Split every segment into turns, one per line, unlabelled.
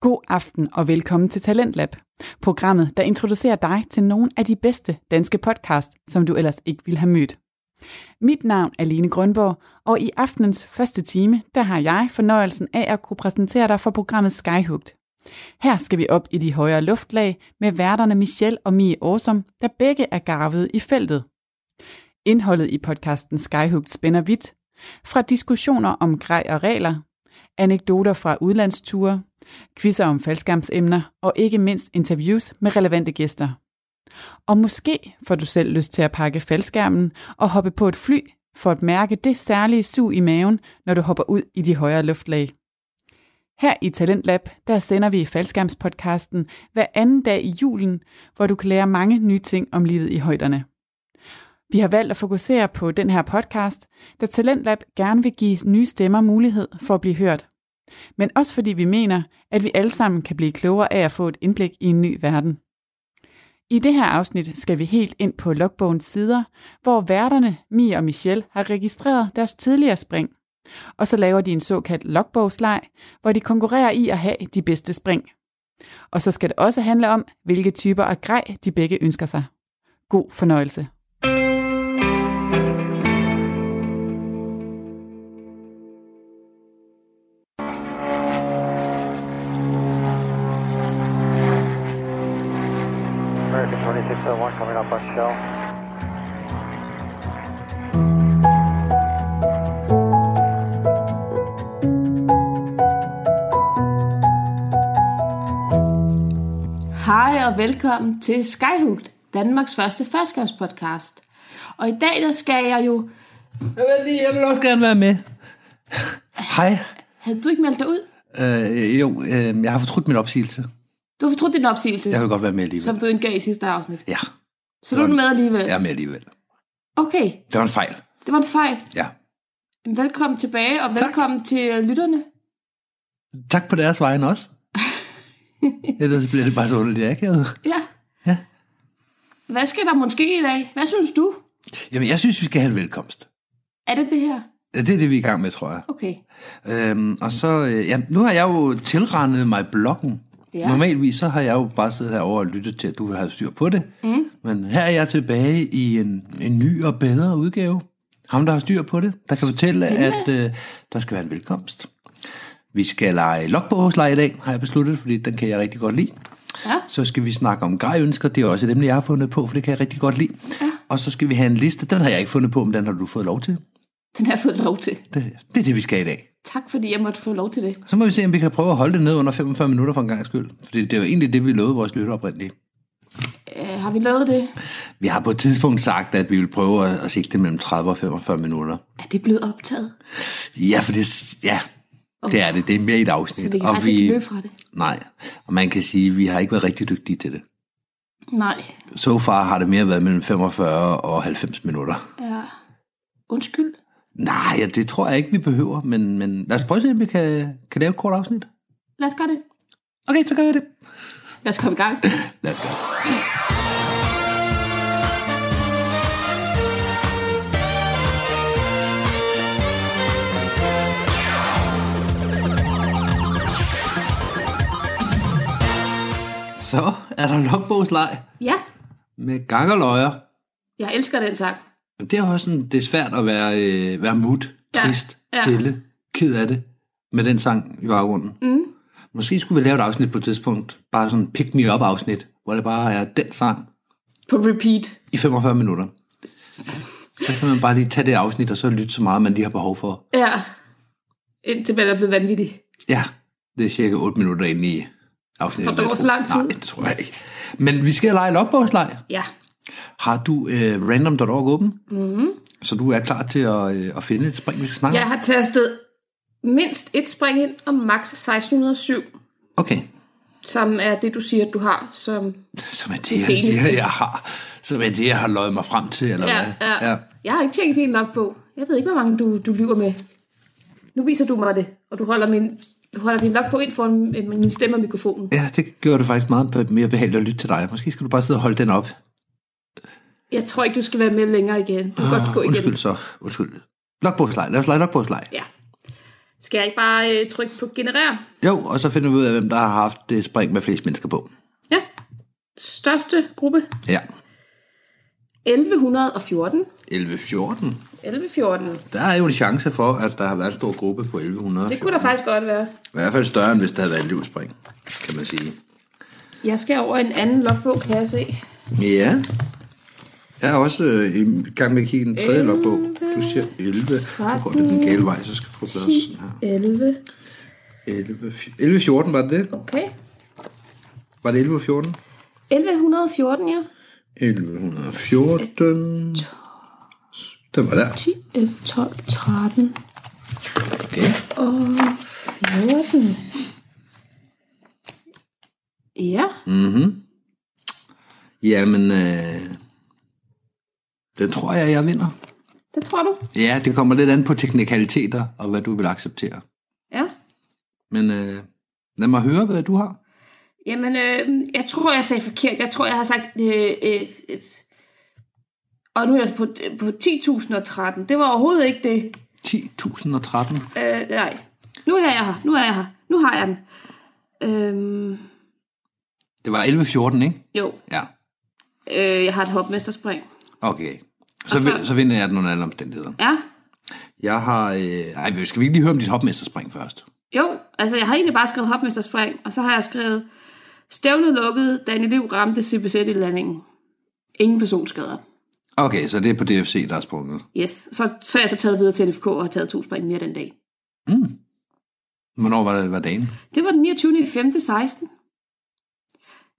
God aften og velkommen til Talentlab, programmet, der introducerer dig til nogle af de bedste danske podcasts, som du ellers ikke ville have mødt. Mit navn er Lene Grønborg, og i aftenens første time, der har jeg fornøjelsen af at kunne præsentere dig for programmet Skyhugt. Her skal vi op i de højere luftlag med værterne Michelle og Mie Årsom, der begge er garvede i feltet. Indholdet i podcasten Skyhugt spænder vidt. Fra diskussioner om grej og regler, anekdoter fra udlandsture, quizzer om faldskærmsemner og ikke mindst interviews med relevante gæster. Og måske får du selv lyst til at pakke faldskærmen og hoppe på et fly for at mærke det særlige sug i maven, når du hopper ud i de højere luftlag. Her i Talentlab, der sender vi faldskærmspodcasten hver anden dag i julen, hvor du kan lære mange nye ting om livet i højderne. Vi har valgt at fokusere på den her podcast, da Talentlab gerne vil give nye stemmer mulighed for at blive hørt. Men også fordi vi mener, at vi alle sammen kan blive klogere af at få et indblik i en ny verden. I det her afsnit skal vi helt ind på logbogens sider, hvor værterne Mia og Michelle har registreret deres tidligere spring. Og så laver de en såkaldt logbogslej, hvor de konkurrerer i at have de bedste spring. Og så skal det også handle om, hvilke typer af grej de begge ønsker sig. God fornøjelse.
American 2601 coming up on shell.
Hej og velkommen til Skyhugt, Danmarks første førstgangspodcast. Og i dag der skal jeg jo...
Jeg vil, lige, jeg vil også gerne være med. Hej.
Havde du ikke meldt dig ud?
Øh, jo, øh, jeg har fortrudt min opsigelse.
Du har fortrudt din opsigelse,
Jeg
ja.
vil godt være med alligevel.
som du indgav i sidste afsnit.
Ja,
Så du er med alligevel?
jeg er med alligevel.
Okay,
Det var en fejl.
det var en fejl.
Ja.
Velkommen tilbage, og velkommen til øh, lytterne.
Tak på deres vejen også. Ellers bliver det bare så underligt akavet.
Ja.
Ja.
Hvad skal der måske i dag? Hvad synes du?
Jamen, jeg synes, vi skal have en velkomst.
Er det det her?
Det er det, vi er i gang med, tror jeg.
Okay.
Øhm, og så, øh, ja, nu har jeg jo tilrendet mig bloggen.
Ja.
Ja. Normalvis så har jeg jo bare siddet herovre og lyttet til, at du har styr på det. Mm. Men her er jeg tilbage i en, en ny og bedre udgave. Ham, der har styr på det, der kan fortælle, at øh, der skal være en velkomst. Vi skal lege logbogsleje i dag, har jeg besluttet, fordi den kan jeg rigtig godt lide.
Ja.
Så skal vi snakke om grejønsker, det er også et emne, jeg har fundet på, for det kan jeg rigtig godt lide. Ja. Og så skal vi have en liste, den har jeg ikke fundet på, men den har du fået lov til.
Den har jeg fået lov til.
Det, det er det, vi skal i dag.
Tak fordi jeg måtte få lov til det.
Så må vi se, om vi kan prøve at holde det ned under 45 minutter for en gang skyld. Fordi det var egentlig det, vi lovede vores lytter oprindeligt.
Øh, har vi lovet det?
Vi har på et tidspunkt sagt, at vi vil prøve at, at sigte mellem 30 og 45 minutter.
Er det blevet optaget?
Ja, for det, ja, det er det. Det er mere i et afsnit.
Så vi kan faktisk ikke løbe fra det.
Nej, og man kan sige, at vi har ikke været rigtig dygtige til det.
Nej.
Så so far har det mere været mellem 45 og 90 minutter.
Ja. Undskyld.
Nej, ja, det tror jeg ikke, vi behøver, men, men lad os prøve at se, om vi kan, kan lave et kort afsnit.
Lad os gøre det.
Okay, så gør jeg det.
Lad os komme i gang.
Lad os gøre det. Så er der logbogslej
Ja,
med gang og løjer.
jeg elsker den sang.
Jamen, Det er også sådan, det er svært at være, øh, være mut,
Ja,
trist,
ja.
stille, ked af det med den sang i baggrunden. Mm. Måske skulle vi lave et afsnit på et tidspunkt, bare sådan en pick-me-up-afsnit, hvor det bare er den sang,
På repeat.
i 45 minutter. Så kan man bare lige tage det afsnit, og så lytte så meget, man lige har behov for.
Ja. Indtil man er blevet vanvittig.
Ja, det er cirka 8 minutter inde i afsnittet.
Og der
vil jeg
går
tro.
så lang tid.
Nej, det tror jeg ikke. Men vi skal lege logbogsleg.
Ja.
Har du øh, random.org åben? Mm-hmm. Så du er klar til at, øh, at finde et spring, vi skal snakke
Jeg
om?
har tastet mindst et spring ind og max 1607,
Okay,
som er det, du siger, du har. Som...
som er det,
Det
jeg
seneste.
siger, jeg har. Som er det, jeg har løjet mig frem til, eller
Ja,
hvad?
ja. Jeg har ikke tjekket din nok på. Jeg ved ikke, hvor mange du, du lyver med. Nu viser du mig det, og du holder, min, du holder din log på ind foran øh, min stemme og mikrofonen.
ja, det gjorde det faktisk meget be- mere behageligt at lytte til dig. Måske skal du bare sidde og holde den op.
Jeg tror ikke, du skal være med
Ah,
Ah, længere igen. Du kan godt gå igen.
Undskyld så. Undskyld. Logbogslej. Lad os lege logbogslej.
Ja. Skal jeg ikke bare øh, trykke på generer?
Jo, og så finder vi ud af, hvem der har haft det spring med flest mennesker på.
Ja. Største gruppe.
Ja.
1114.
11-14.
1114.
Der er jo en chance for, at der har været en stor gruppe på 1100.
Det kunne der faktisk godt være.
I hvert fald større, end hvis der havde været et livspring, kan man sige.
Jeg skal over i en anden logbog, kan jeg se.
Ja. Jeg er også øh, i gang med at kigge i den tredje logbog. Du siger 11. Nu går det den gale vej, så skal du prøve at gøre
10,
sådan her.
11.
11, 11 14 var det det?
Okay.
Var det 11 14?
1114, ja.
1114. Den var der.
10, 11, 12, 13
Okay.
og 14. Ja,
Mm-hmm. Jamen, øh, den tror jeg, jeg vinder.
det tror du.
Ja, det kommer lidt an på teknikaliteter og hvad du vil acceptere.
Ja.
Men øh, lad mig høre, hvad du har.
Jamen, øh, jeg tror, jeg sagde forkert. Jeg tror, jeg har sagt... Øh, øh, øh. Og nu er jeg altså på, på 10.013. Det var overhovedet ikke det.
10.013.
Øh, nej. Nu er jeg her. Nu er jeg her. Nu har jeg den. Øhm,
Det var 11.14, ikke?
jo,
Ja.
øh, jeg har et hopmesterspring.
Okay. Så,
Og så-
så, så vinder jeg den under alle omstændigheder.
Ja,
Jeg har... Øh, ej, skal vi ikke lige høre om dit hopmesterspring først?
jo. Altså, jeg har egentlig bare skrevet hopmesterspring, og så har jeg skrevet stævnet lukket, da en elev ramte CBZ i landingen. Ingen personskader.
Okay, så det er på DFC, der er sprunget.
Yes. Så, så er jeg så taget videre til NFK og har taget to spring mere den dag.
Hvornår var det, var dagen?
Det var den 29. i 5. 16.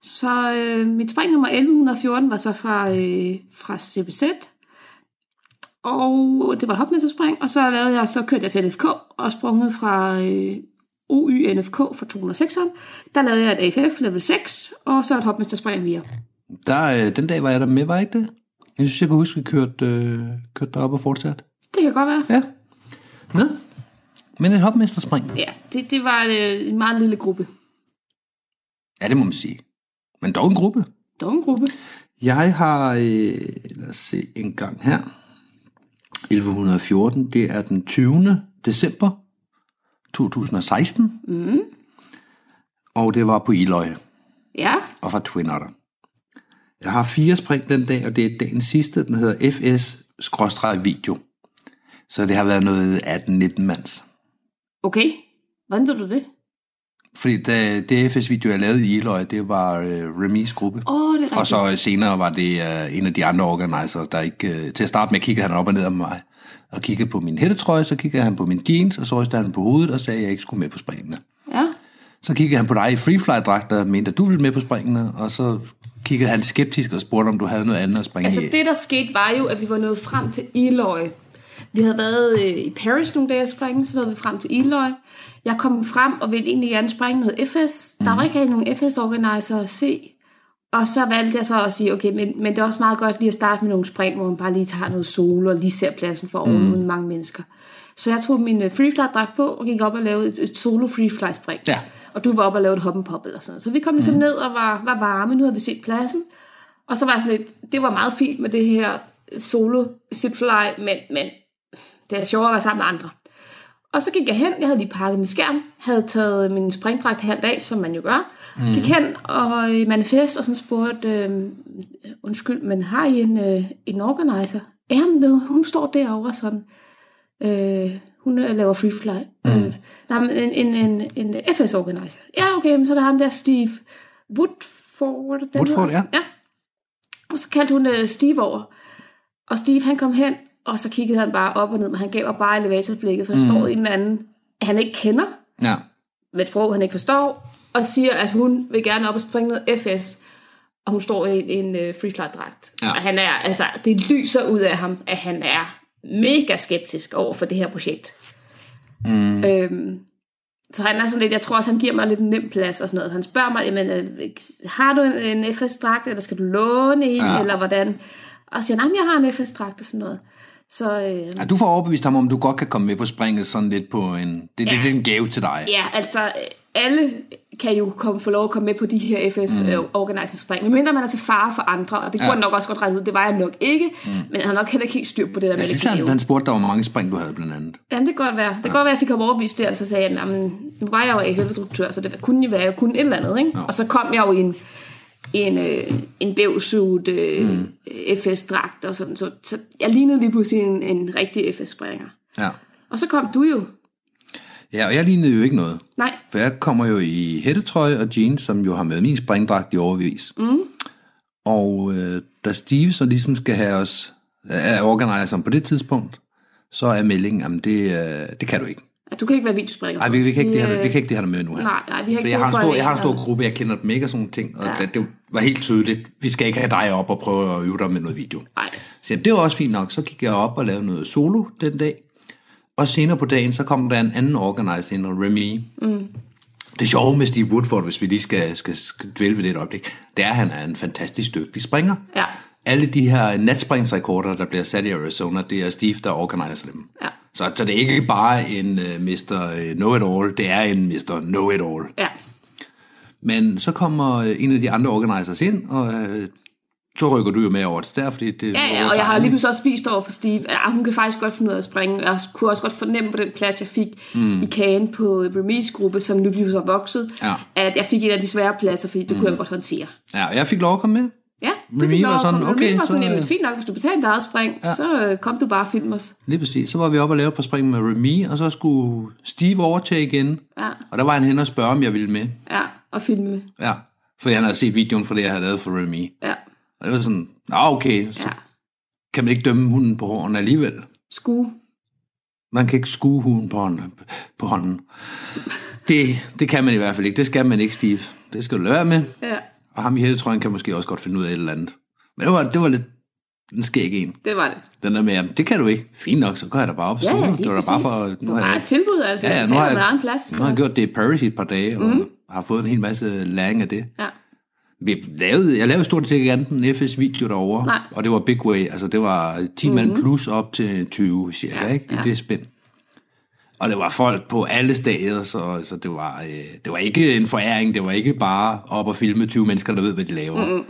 Så øh, mit spring nummer 1114 var så fra, øh, fra CBZ. Og det var et hopmesterspring, og så lavede jeg, så kørte jeg til NFK og sprunget fra øh, OY NFK fra 206'eren. Der lavede jeg et AFF level 6, og så et hopmesterspring mere.
Der, øh, den dag var jeg der med, var jeg ikke det? Jeg synes, jeg kan huske, vi kørte, øh, kørte derop og fortsatte.
Det kan godt være.
Ja. Nå. Men et hopmesterspring.
Ja, det, det var øh, en meget lille gruppe.
Ja, det må man sige. Men dog en gruppe.
Dog en gruppe.
Jeg har, øh, lad os se en gang her. 1114, det er den 20. december 2016. Mm. Og det var på Iløje
Ja,
og fra Twin Otter. Jeg har fire spring den dag, og det er dagens sidste. Den hedder FS-video. Så det har været noget 18-19 mands.
okay. Hvordan ved du det?
Fordi da det FS-video, jeg lavede i Iløje, det var øh, Remis gruppe.
Åh, oh, det er rigtigt.
Og så øh, senere var det øh, en af de andre organizers, der ikke... Øh, til at starte med kiggede han op og ned om mig, og kiggede på min hættetrøje, så kiggede han på min jeans, og så rystede han på hovedet og sagde, at jeg ikke skulle med på springene.
Ja.
Så kiggede han på dig i freefly-dragter og mente, at du ville med på springene, og så kiggede han skeptisk og spurgte, om du havde noget andet at springe
Altså
i.
det, der skete, var jo, at vi var nået frem til Eloy. Vi havde været øh, i Paris nogle dage at springe, så nåede vi frem til Eloy. Jeg kom frem og ville egentlig gerne springe noget FS. Der var ikke rigtig nogen FS-organiser at se. Og så valgte jeg så at sige, okay, men, men det er også meget godt lige at starte med nogle spring, hvor man bare lige tager noget sol og lige ser pladsen for oven mm. uden mange mennesker. Så jeg tog min øh, freefly-dragt på og gik op og lavede et, et solo freefly-spring.
Ja.
Og du var op og lavede et hop and pop eller sådan noget. Så vi kom ligesom mm. ned og var, var varme, nu havde vi set pladsen. Og så var jeg sådan lidt, det var meget fint med det her solo sitfly, men, men det er sjovere at være sammen med andre. Og så gik jeg hen, jeg havde lige pakket min skærm, havde taget min springdragt halvt af, som man jo gør. Mm. Gik hen og øh, i manifest, og sådan spurgte, øh, undskyld, men har I en, øh, en organizer? Jamen, ved du, hun står derovre sådan. Øh, hun øh, laver freefly. Mm. Øh, der er en, en, en, en FS-organizer. Ja, okay, men så er der ham der Steve Woodford. den
Woodford,
hedder han. ja. Og så kaldte hun øh, Steve over. Og Steve, han kom hen, og så kiggede han bare op og ned, men han gav mig bare elevatorblikket, for der står en eller anden, han ikke kender,
Ja.
med et sprog, han ikke forstår, og siger, at hun vil gerne op og springe noget FS, og hun står i en, en øh, freefly-dragt.
Ja.
Og han er, altså, det lyser ud af ham, at han er mega skeptisk over for det her projekt. Mm. Øhm, så han er sådan lidt, jeg tror også, han giver mig lidt en nem plads og sådan noget. Han spørger mig, jamen, øh, har du en, en FS-dragt, eller skal du låne en,
Ja.
ja. eller hvordan? Og siger, nej, men jeg har en FS-dragt og sådan noget. Så øh,
ja. Du får overbevist ham, om du godt kan komme med på springet sådan lidt på en... Det, ja. det, det er en gave til dig.
Ja, altså, øh, alle kan jo komme, få lov at komme med på de her FS mm. øh, organized spring, medmindre man er til fare for andre, og det kunne
Ja.
ja. han nok også godt regne ud, det var jeg nok ikke, mm. men han har nok heller ikke helt styr på det der
Jeg
med
synes,
at
han, han spurgte dig, hvor mange spring du havde blandt andet.
Jamen, det kan godt være. Det kan godt være, at jeg fik ham overbevist der, og så sagde jeg, jamen, nu var jeg jo AFL-instruktør, så det kunne jo være, jeg kunne et eller andet, ikke?
Ja.
Og så kom jeg jo i en, en, øh, en bævsut, øh, mm. FS-dragt og sådan, så, så jeg lignede lige pludselig en, en rigtig FS-springer.
Ja.
Og så kom du jo.
ja, og jeg lignede jo ikke noget.
Nej,
For jeg kommer jo i hættetrøje og jeans, som jo har med min springdragt i overvis. Mm. Og øh, da Steve så ligesom skal have os, er organiseren på det tidspunkt, så er meldingen, jamen det, øh, det kan du ikke.
at du kan ikke være videospringer.
Nej, vi, vi, kan ikke, det
Vi,
her, vi
øh,
kan ikke det her med nu her.
Nej, nej, vi har
Fordi
ikke
jeg har, en
brug for
stor, jeg har en
alene.
stor gruppe, jeg kender dem ikke og sådan nogle ting, og
Ja.
ja. det var helt tydeligt, vi skal ikke have dig op og prøve at øve dig med noget video.
Nej.
Så jamen, det var også fint nok. Så gik jeg op og lavede noget solo den dag. Og senere på dagen, så kom der en anden organizer ind, Remy. Mm. Det sjove med Steve Woodford, hvis vi lige skal, skal, skal dvæle ved det et øjeblik, det er, at han er en fantastisk dygtig springer.
Ja.
Alle de her natspringsrekorder, der bliver sat i Arizona, det er Steve, der organiserer dem.
Ja.
Så, så det er ikke bare en uh, Mr. Know-it-all, det er en Mr. Know-it-all.
Ja,
Men så kommer øh, en af de andre organizers ind, og øh, så rykker du jo med over til der, fordi det
ja, ja, og jeg har lige pludselig også vist over for Steve, at ah, hun kan faktisk godt finde ud af at springe, og jeg kunne også godt fornemme på den plads, jeg fik mm. i kagen på Remise-gruppe, som nu bliver så vokset,
Ja.
at jeg fik en af de svære pladser, fordi det kunne jeg godt håndtere.
Ja, og jeg fik lov at komme med.
Ja, det
Remy
fik jeg
var
over
sådan,
for. Remy
okay,
var sådan,
så,
jamen,
øh,
fint nok, hvis du betaler dit eget spring, ja. så øh, kom du bare og film os.
Lige præcis. Så var vi oppe og lave et par spring med Remy, og så skulle Steve over til igen.
Ja.
Og der var han hen og spørge, om jeg ville med.
Ja, og filme med.
Ja, for han havde set videoen for det, jeg havde lavet for Remy.
Ja,
Og det var sådan, nå okay, så
ja.
kan man ikke dømme hunden på hånden alligevel.
Skue.
Man kan ikke skue hunden på hånden. På hånden. Det, det kan man i hvert fald ikke. Det skal man ikke, Steve. Det skal du lade være med.
Ja,
Og ham i hættetrøjen kan måske også godt finde ud af et eller andet. Men det var, det var lidt en skæg en.
det var det.
Den der med, jamen, det kan du ikke. Fint nok, så går jeg da bare op.
Ja, ja,
solo.
lige
det var da bare for...
Nu har jeg et tilbud, altså.
Ja, ja,
jeg
nu har
betaler min
jeg,
egen plads. Mhm.
nu har jeg gjort det i Paris i et par dage, og mm. har fået en hel masse læring af det.
Ja.
Vi lavede, jeg lavede stort set ikke andet end FS-video derovre,
Nej. Mhm.
og det var big way. Altså, det var 10 mand plus op til 20, cirka, ja,
Ja,
ikke? I
ja.
det spænd. Og det var folk på alle steder, så, så det, var, øh, det var ikke en foræring. Det var ikke bare op og filme 20 mennesker, der ved, hvad de laver. Mm.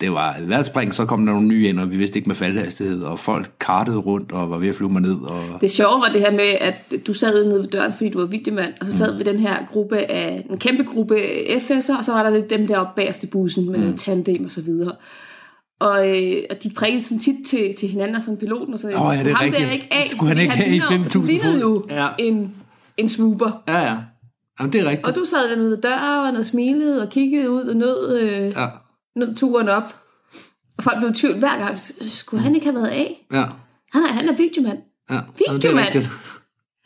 Det var hvert spring, så kom der nogle nye ind, og vi vidste ikke med faldhastighed, og folk kartede rundt og var ved at flyve mig ned. Og...
Det sjove var det her med, at du sad ude nede ved døren, fordi du var videomand, og så sad
Mm.
vi den her gruppe af, en kæmpe gruppe FS'er, og så var der lidt dem deroppe bagerst i bussen med mm. tandem og så videre. Og, øh, og de prikkede sådan tit til, til hinanden og sådan piloten og sådan
Åh, ja, det er
ham
rigtigt.
der ikke af,
Skulle han
fordi
ikke have i
ligner-
5.000
Du lignede jo
fod? Ja.
en, en swooper.
Ja, ja. Jamen, det er rigtigt.
Og du sad dernede ved døren og smilede og kiggede ud og nød, øh, ja.
Ja,
nød turen op. Og folk blev i tvivl hver gang, "S- skulle han ikke have været af?
ja.
Han er, han er videomand.
ja.
Fint,
Jamen, det er
mand.
rigtigt.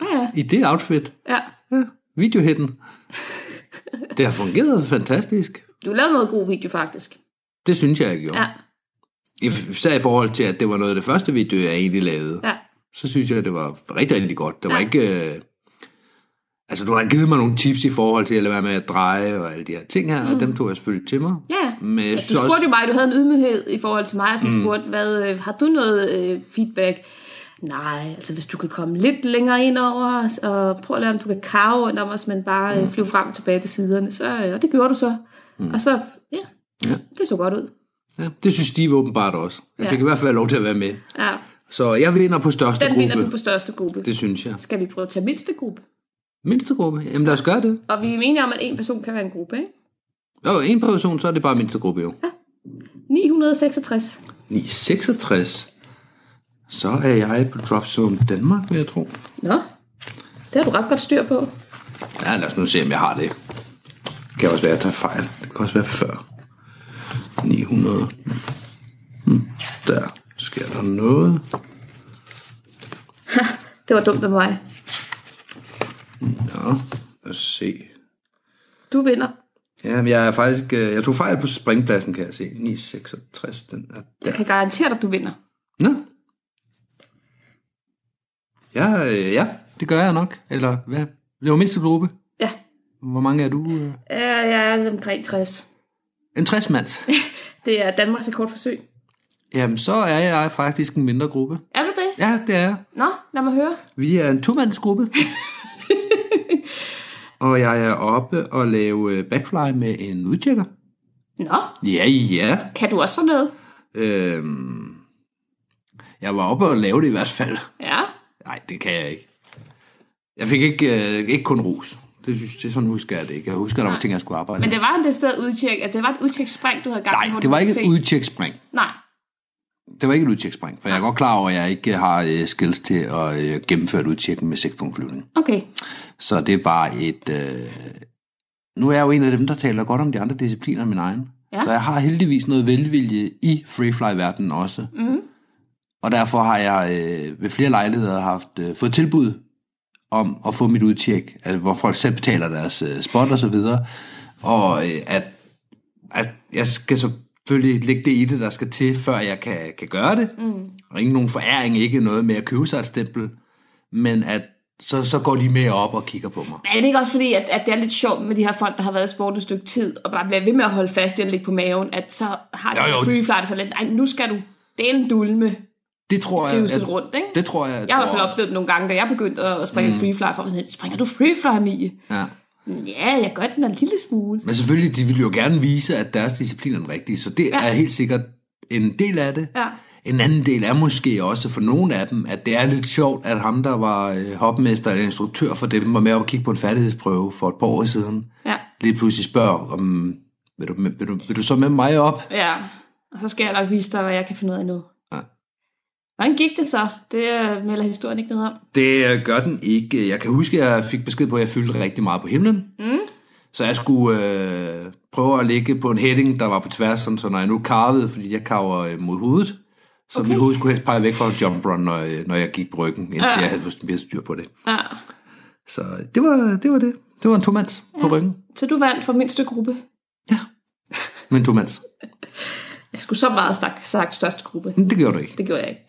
Ja, ja.
I det outfit.
ja.
Ja, videohitten. Det har fungeret fantastisk.
Du lavede noget god video, faktisk.
Det synes jeg, jeg gjorde.
Ja,
I- Især i forhold til, at det var noget af det første video, jeg egentlig lavede.
ja.
Så synes jeg, at det var rigtig, rigtig godt. Det var
Ja.
ikke... Øh... Altså, du har givet mig nogle tips i forhold til at lade være med at dreje og alle de her ting her, mm. og dem tog jeg selvfølgelig til mig.
Ja, ja.
Men jeg
Ja, Du
synes
spurgte
også... Mm.
jo mig, du havde en ydmyghed i forhold til mig, og så spurgte, hvad, øh, har du noget øh, feedback? Nej, altså hvis du kan komme lidt længere ind over os, og prøv at lade, om du kan kave rundt om os, men bare
Mm.
øh, flyve frem og tilbage til siderne. Så, øh, og det gjorde du så. Mm. Og så, ja,
Ja.
ja, det så godt ud.
Ja, det synes de åbenbart også. Jeg
Ja.
fik i hvert fald lov til at være med.
Ja,
Så jeg vinder på største
den vinder
gruppe.
du på største gruppe.
Det synes jeg.
Skal vi prøve at tage mindste gruppe?
Mindste gruppe? Jamen lad os gøre det.
Og vi er enige om, at en person kan være en gruppe, ikke?
Jo, en person, så er det bare mindste gruppe jo.
966.
966. Så er jeg på Dropzone Danmark, vil jeg tro.
Nå, det har du ret godt styr på.
Ja, lad os nu se, om jeg har det. Det kan også være, at jeg tager fejl. Det kan også være før. 900. Hmm, der sker der noget.
Det var dumt af mig.
Ja, lad os se.
Du vinder.
Ja, men jeg er faktisk... øh, Jeg tog fejl på springpladsen, kan jeg se. 966, den er der.
Jeg kan garantere dig, at du vinder.
Nå. Ja, øh, ja, det gør jeg nok. Eller hvad? Det var mindste gruppe.
Ja,
Hvor mange er du? øh?
Øh, jeg er omkring 60.
En 60-mands.
Det er Danmarks rekordforsøg.
Jamen, så er jeg faktisk en mindre gruppe.
Er du det?
Ja, det er jeg.
Nå, lad mig høre.
Vi er en tomandsgruppe. og jeg er oppe og lave øh, backfly med en udtjekker.
Nå,
Ja, ja.
kan du også sådan noget?
Øhm, jeg var oppe og lave det i hvert fald.
Ja.
Nej, det kan jeg ikke. Jeg fik ikke, øh, ikke kun ros. Det, synes, det er sådan husker jeg det ikke. Jeg husker nok ting, jeg skulle arbejde
Men
med.
det var en det sted udtjek, at det var et udtjekspring, du havde gang i,
Nej,
hvor
det
du
var
kunne
ikke
se-
et udtjekspring.
Nej,
Det var ikke et udtjekspring, for jeg er godt klar over, at jeg ikke har øh, skills til at øh, gennemføre et udtjek med 6 flyvning.
okay.
Så det er bare et... Øh... Nu er jeg jo en af dem, der taler godt om de andre discipliner end min egen.
Ja.
Så jeg har heldigvis noget velvilje i freefly-verdenen også. Mm. Og derfor har jeg øh, ved flere lejligheder haft øh, fået tilbud om at få mit udtjek, altså, hvor folk selv betaler deres øh, spot og så videre. Og øh, at, at jeg skal selvfølgelig lægge det i det, der skal til, før jeg kan, kan gøre det. Mm. Og ikke nogen foræring, ikke noget med at købe sig et stempel. Men at så, så går de med op og kigger på mig.
Men er det ikke også fordi, at, at det er lidt sjovt med de her folk, der har været i sporten et stykke tid, og bare bliver ved med at holde fast i at ligge på maven, at så har
Jo, jo.
de free flight så lidt, ej, nu skal du den dulme
Det tror jeg...
gives
at-
lidt rundt, ikke?
Det tror jeg...
Jeg har i hvert
tror-
fald oplevet det nogle gange, da jeg begyndte at springe mm. free fly, for at sådan, springer du free fly, Mie?
Ja.
Ja, jeg gør den en lille smule.
Men selvfølgelig, de vil jo gerne vise, at deres disciplin er den rigtige, så det ja. er helt sikkert en del af det.
Ja.
En anden del er måske også for nogle af dem, at det er lidt sjovt, at ham, der var øh, hopmester eller instruktør for dem, var med op og kigge på en færdighedsprøve for et par år siden.
Ja,
Lige pludselig spørger, om, vil, du, vil, du, vil du så med mig op?
ja. Og så skal jeg nok vise dig, hvad jeg kan finde ud af nu.
Ja.
Hvordan gik det så? Det øh, melder historien ikke noget om.
Det øh, gør den ikke. Jeg kan huske, at jeg fik besked på, at jeg fyldte rigtig meget på himlen. Mm. Så jeg skulle øh, prøve at ligge på en heading, der var på tværs, sådan, så når jeg nu karvede, fordi jeg karver øh, mod hovedet, så okay. mit hoved skulle helst pege væk fra jump run, når, øh, når jeg gik på ryggen, indtil ja. jeg havde fået mere styr på det.
Ja.
Så øh, det var det. Var det. det var en tomands ja. på ryggen.
Så du vandt for mindste gruppe.
Ja, men tomands.
Jeg skulle så meget sagt, sagt største gruppe.
Men Det gjorde du ikke.
Det gjorde jeg ikke.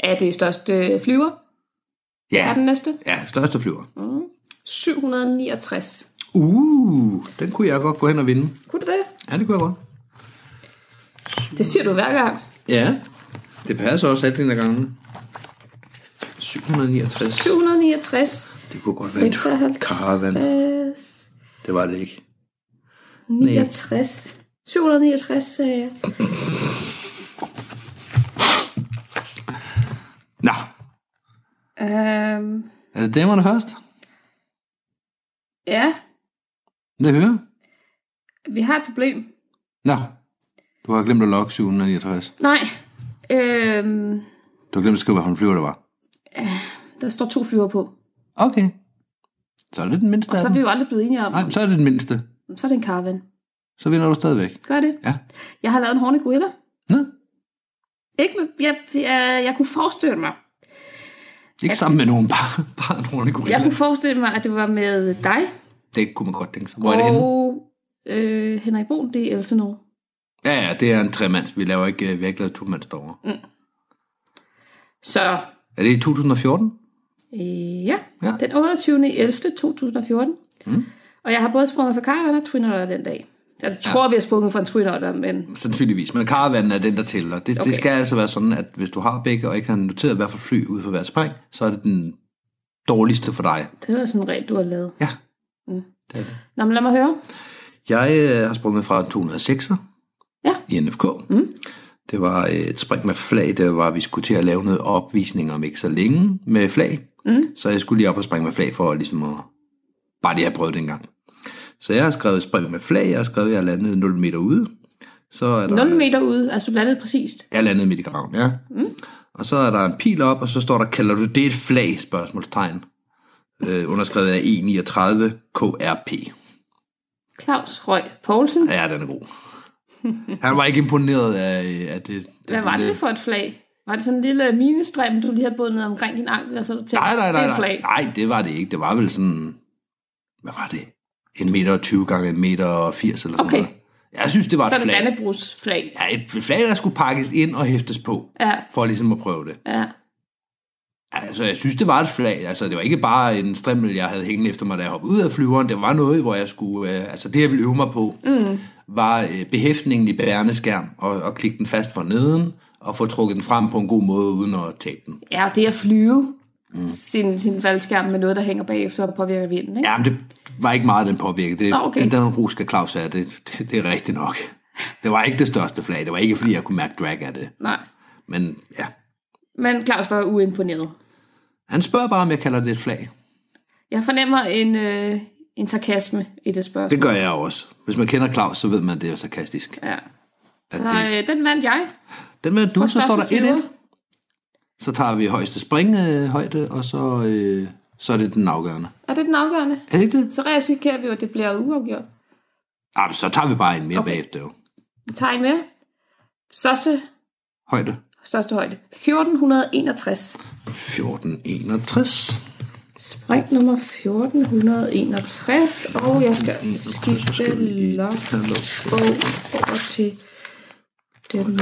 Er det største øh, flyver? Er
Ja,
den næste?
ja største flyver.
769.
Uh, den kunne jeg godt gå hen og vinde.
Kunne du det?
Ja, det kunne jeg godt.
Det siger du hver gang.
Ja, det passer også halvdelen af gangen. 769.
769.
Det kunne godt være en
56.
caravan.
60,
Det var det ikke.
69. 769, sagde jeg.
Nå,
Øhm,
er det damerne først?
ja,
Det hører.
vi har et problem.
Nå, du har glemt at logge 769.
Nej. Øhm,
Du har glemt at skrive, hvilken flyver det var.
der står to flyver på.
Okay. Så er det den mindste
Og så
af
er vi
dem.
jo aldrig blevet enige om,
Nej, så er det den mindste.
så er det en caravan.
Så vinder du stadigvæk.
Gør det.
Ja.
Jeg har lavet en hornet gorilla.
Nå,
Ikke med, jeg, jeg, jeg kunne forestille mig,
ikke sammen med nogen, bare, bare en ordentlig gorilla.
jeg kunne forestille mig, at det var med dig
Det kunne man godt tænke sig. Hvor er det henne?
og øh, Henrik Brun, det er Elsenor.
Ja, ja, det er en tremands. Vi laver ikke, øh, vi har ikke lavet to mands derovre.
Så
Er det i 2014?
øh, ja,
Ja.
ja, den 28. 11. 2014.
Mm.
Og jeg har både sprunget for Caravan og Twin Otter den dag. Jeg tror, ja. vi har sprunget for en Twin Otter, men
Sandsynligvis, men karavanen er den, der tæller. Det, okay.
Okay.
det skal altså være sådan, at hvis du har begge, og ikke har noteret hvad for fly ud for hver spring, så er det den dårligste for dig.
det var sådan en regel, du har lavet.
Ja. Mm.
Nå, men lad mig høre.
Jeg øh, har sprunget fra en 206'er
Ja.
i NFK. Mm. Det var et spring med flag, der var, vi skulle til at lave noget opvisning om ikke så længe med flag. Mm. Så jeg skulle lige op og springe med flag for ligesom at bare lige have prøvet det en gang. Så jeg har skrevet spring med flag, jeg har skrevet, at jeg landede 0 meter ude. Så er der,
0 meter ude, altså du landede præcist.
Jeg landede midt i graven, ja. Mm. Og så er der en pil op, og så står der, kalder du det et flag? Spørgsmålstegn. Øh, underskrevet af E39 KRP.
Claus Røg Poulsen. Ja,
Ja, den er god. Han var ikke imponeret af, af det.
Hvad var det for et flag? Var det sådan en lille minestrem, du lige havde bundet omkring din ankel, og så du tænkte,
Nej, nej,
det
nej,
er et
nej.
flag?
Nej, det var det ikke. Det var vel sådan... Hvad var det? En meter og 20 gange en meter og 80 eller sådan
Okay.
noget. Jeg synes, det var
Så
et
er det
flag.
Dannebrugs flag.
Ja, et et flag, der skulle pakkes ind og hæftes på,
Ja,
for ligesom at prøve det.
ja.
Altså, jeg synes, det var et flag. Altså, det var ikke bare en strimmel, jeg havde hængende efter mig, da jeg hoppede ud af flyveren. Det var noget, hvor jeg skulle... Øh, altså, det, jeg ville øve mig på, mm. var øh, behæftningen i bærende skærm, og, og klikke den fast for neden, og få trukket den frem på en god måde, uden at tabe den.
Ja, og det at flyve. mm. sin, sin faldskærm med noget, der hænger bagefter og påvirker vinden. Ikke?
Ja, men det var ikke meget, den påvirkede. Det,
Nå, okay.
Den der rus, der Claus sagde, det, det, det er rigtigt nok. Det var ikke det største flag. Det var ikke, fordi jeg kunne mærke drag af det.
Nej.
Men ja,
Men Claus var uimponeret.
han spørger bare, om jeg kalder det et flag.
Jeg fornemmer en, øh, en sarkasme i det spørgsmål.
Det gør jeg også. Hvis man kender Claus, så ved man, at det er sarkastisk.
Ja. Så øh, den vandt jeg.
Den med du,
Vores
så står der
første flyver.
1-1. Så tager vi højeste springhøjde, og så, øh, så er det den afgørende.
Er det den afgørende?
Er det ikke det?
Så risikerer vi jo, at det bliver uafgjort.
Ah, men så tager vi bare en mere
Okay.
okay. bagefter jo.
Vi tager en mere. Største,
Højde
største højde. 1461.
1461.
Spring nummer 1461. Og jeg skal skifte logbog over til den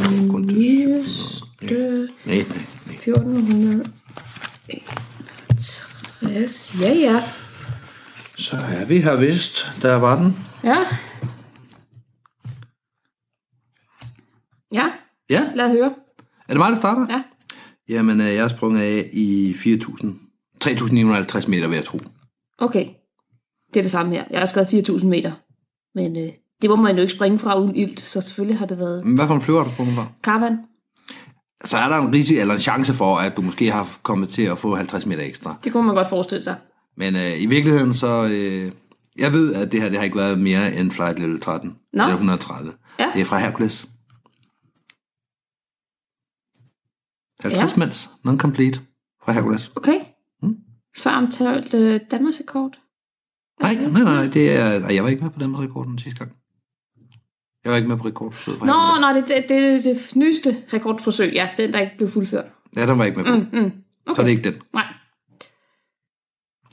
nyeste.
Nej, nej, nej.
1461. Ja, ja.
Så er vi her vist. Der var den.
Ja. Ja,
Ja,
lad os høre.
er det mig, der starter?
Ja.
Jamen, øh, jeg er sprunget af i 4.000. 3.950 meter, vil jeg tro.
Okay. Det er det samme her. Jeg har skrevet 4.000 meter. Men øh, det må man jo ikke springe fra uden ilt, så selvfølgelig har det været
Men Hvad for en flyver, har du sprunget fra?
karavan.
Så er der en risiko eller en chance for, at du måske har kommet til at få 50 meter ekstra.
Det kunne man godt forestille sig.
Men øh, i virkeligheden så... Øh, jeg ved, at det her det har ikke været mere end flight level 13.
Nå.
Eller 130.
Ja.
Det er fra Hercules.
Ja.
50 ja. mands. Non-complete. Fra Hercules.
Okay.
Mm.
Før omtalt øh, Danmarks rekord.
Nej, nej, nej. Det er, ej, jeg var ikke med på den rekord den sidste gang. Jeg var ikke med på rekordforsøget fra
Nå,
Hercules.
nej, det er det, det, det nyeste rekordforsøg. Ja, den der ikke blev fuldført.
Ja, den var jeg ikke med på.
Mm, mm.
Okay. Så er det ikke den.
Nej.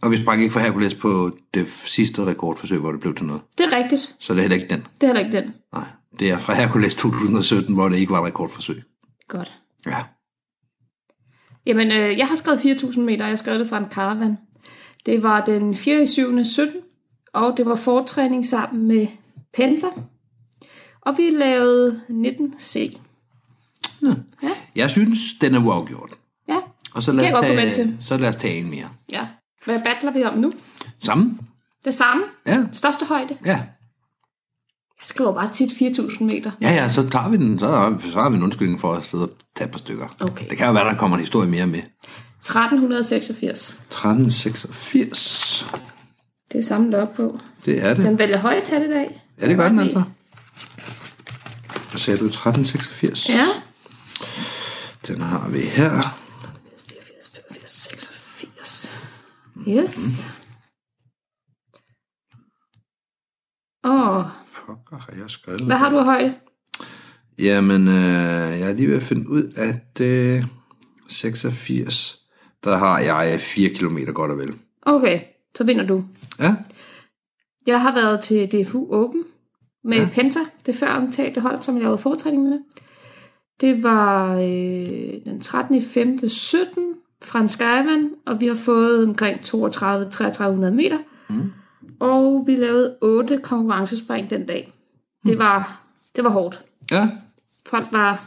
Og vi sprang ikke fra Hercules på det sidste rekordforsøg, hvor det blev til noget.
Det er rigtigt.
Så det er heller ikke den.
Det er heller ikke den.
Nej, det er fra Hercules 2017, hvor det ikke var et rekordforsøg.
Godt.
Ja.
Jamen, øh, jeg har skrevet 4.000 meter, og jeg skrev det fra en caravan. Det var den 4. 7. 17, og det var fortræning sammen med Penta. Og vi lavede 19C.
Jeg synes, den er uafgjort.
Ja,
Og så
Det
lad,
kan
os
jeg godt gå
tage,
med til.
så lad os tage en mere.
ja. Hvad battler vi om nu?
Samme?
Det samme.
Ja,
Største højde.
ja.
Jeg skriver bare tit 4.000 meter.
Ja, ja, så tager vi den. Så, er- så har vi en undskyldning for at sidde og tage et par stykker.
Okay.
Det kan jo være, der kommer en historie mere med.
1386.
1386.
Det er samme log på.
Det er det.
Den vælger højtal i dag.
Ja, det gør den altså. Hvad sagde du? 1386?
Ja.
Den har vi her.
84, 85, 86. Yes. Og
Pokker har jeg skrevet.
hvad har du af højde?
Jamen, øh, jeg er lige ved at finde ud, at øh, 86, der har jeg 4 km godt og vel.
Okay, så vinder du.
Ja,
Jeg har været til DFU Open med ja.
Ja.
Penta, det før omtalte hold, som jeg lavede foretræning med. Det var øh, den 13. i 5. 17 fra en skyvan, og vi har fået omkring 32-3300 meter. Mm. Og vi lavede otte konkurrencespring den dag. Det var, det var hårdt.
ja,
Folk var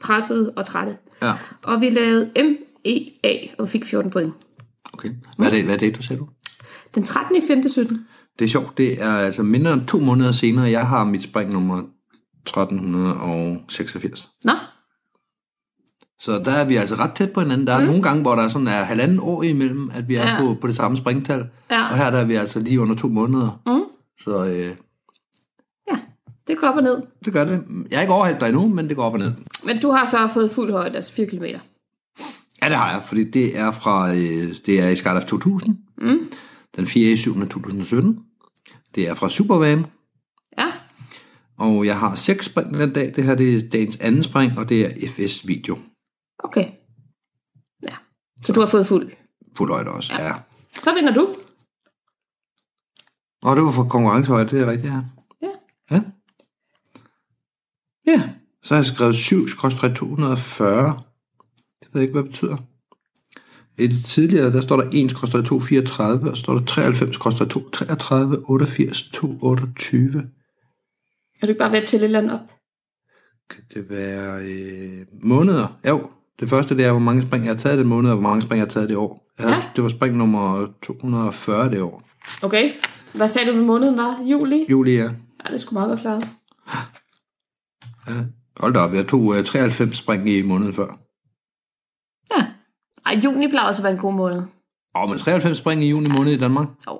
presset og trætte.
ja.
Og vi lavede MEA, og vi fik 14 point.
Okay. Hvad er det, hvad er det du sagde du?
Den 13. i 5. 17.
Det er sjovt, det er altså mindre end to måneder senere, jeg har mit spring nummer 1386.
Nå,
Så der er vi altså ret tæt på hinanden. Der er mm. nogle gange, hvor der er sådan er halvanden år imellem, at vi er
Ja.
ja. på, på det samme springtal.
Ja.
Og her der er vi altså lige under to måneder.
Mm.
Så øh,
ja, det går op og ned.
det gør det. Jeg har ikke overhældt dig endnu, men det går op og ned.
Men du har så fået fuld højde, altså 4 km.
Ja, det har jeg, fordi det er fra øh, det er i Skydive 2000. Mm. Den 4. 7. 2017. Det er fra Supervan,
Ja,
og jeg har seks spring den dag. Det her det er dagens anden spring, og det er FS Video.
okay. Ja, så, du har fået fuld.
Fuld højde også, ja. ja.
Så vinder du.
Og det var for konkurrencehøjde, det er rigtigt, ja.
Ja.
Ja. Ja, så har jeg skrevet 7 240. Det ved jeg ikke, hvad det betyder. I det tidligere, der står der 1 234, og så står der 93 233, 88 228.
Er du ikke bare ved at tælle et eller andet op?
Kan det være øh, måneder? Jo, det første det er, hvor mange spring jeg har taget den måned, og hvor mange spring jeg har taget det år. Ja. Det var spring nummer 240 det år.
Okay. Hvad sagde du, med måneden var? Juli?
Juli, ja.
Ja, det skulle meget godt klare.
Hold da op, jeg tog øh, 93 spring i måneden før.
Ja. Ej, juni plejer også at være en god måned.
Åh, men 93 spring i juni måned i Danmark?
Oh.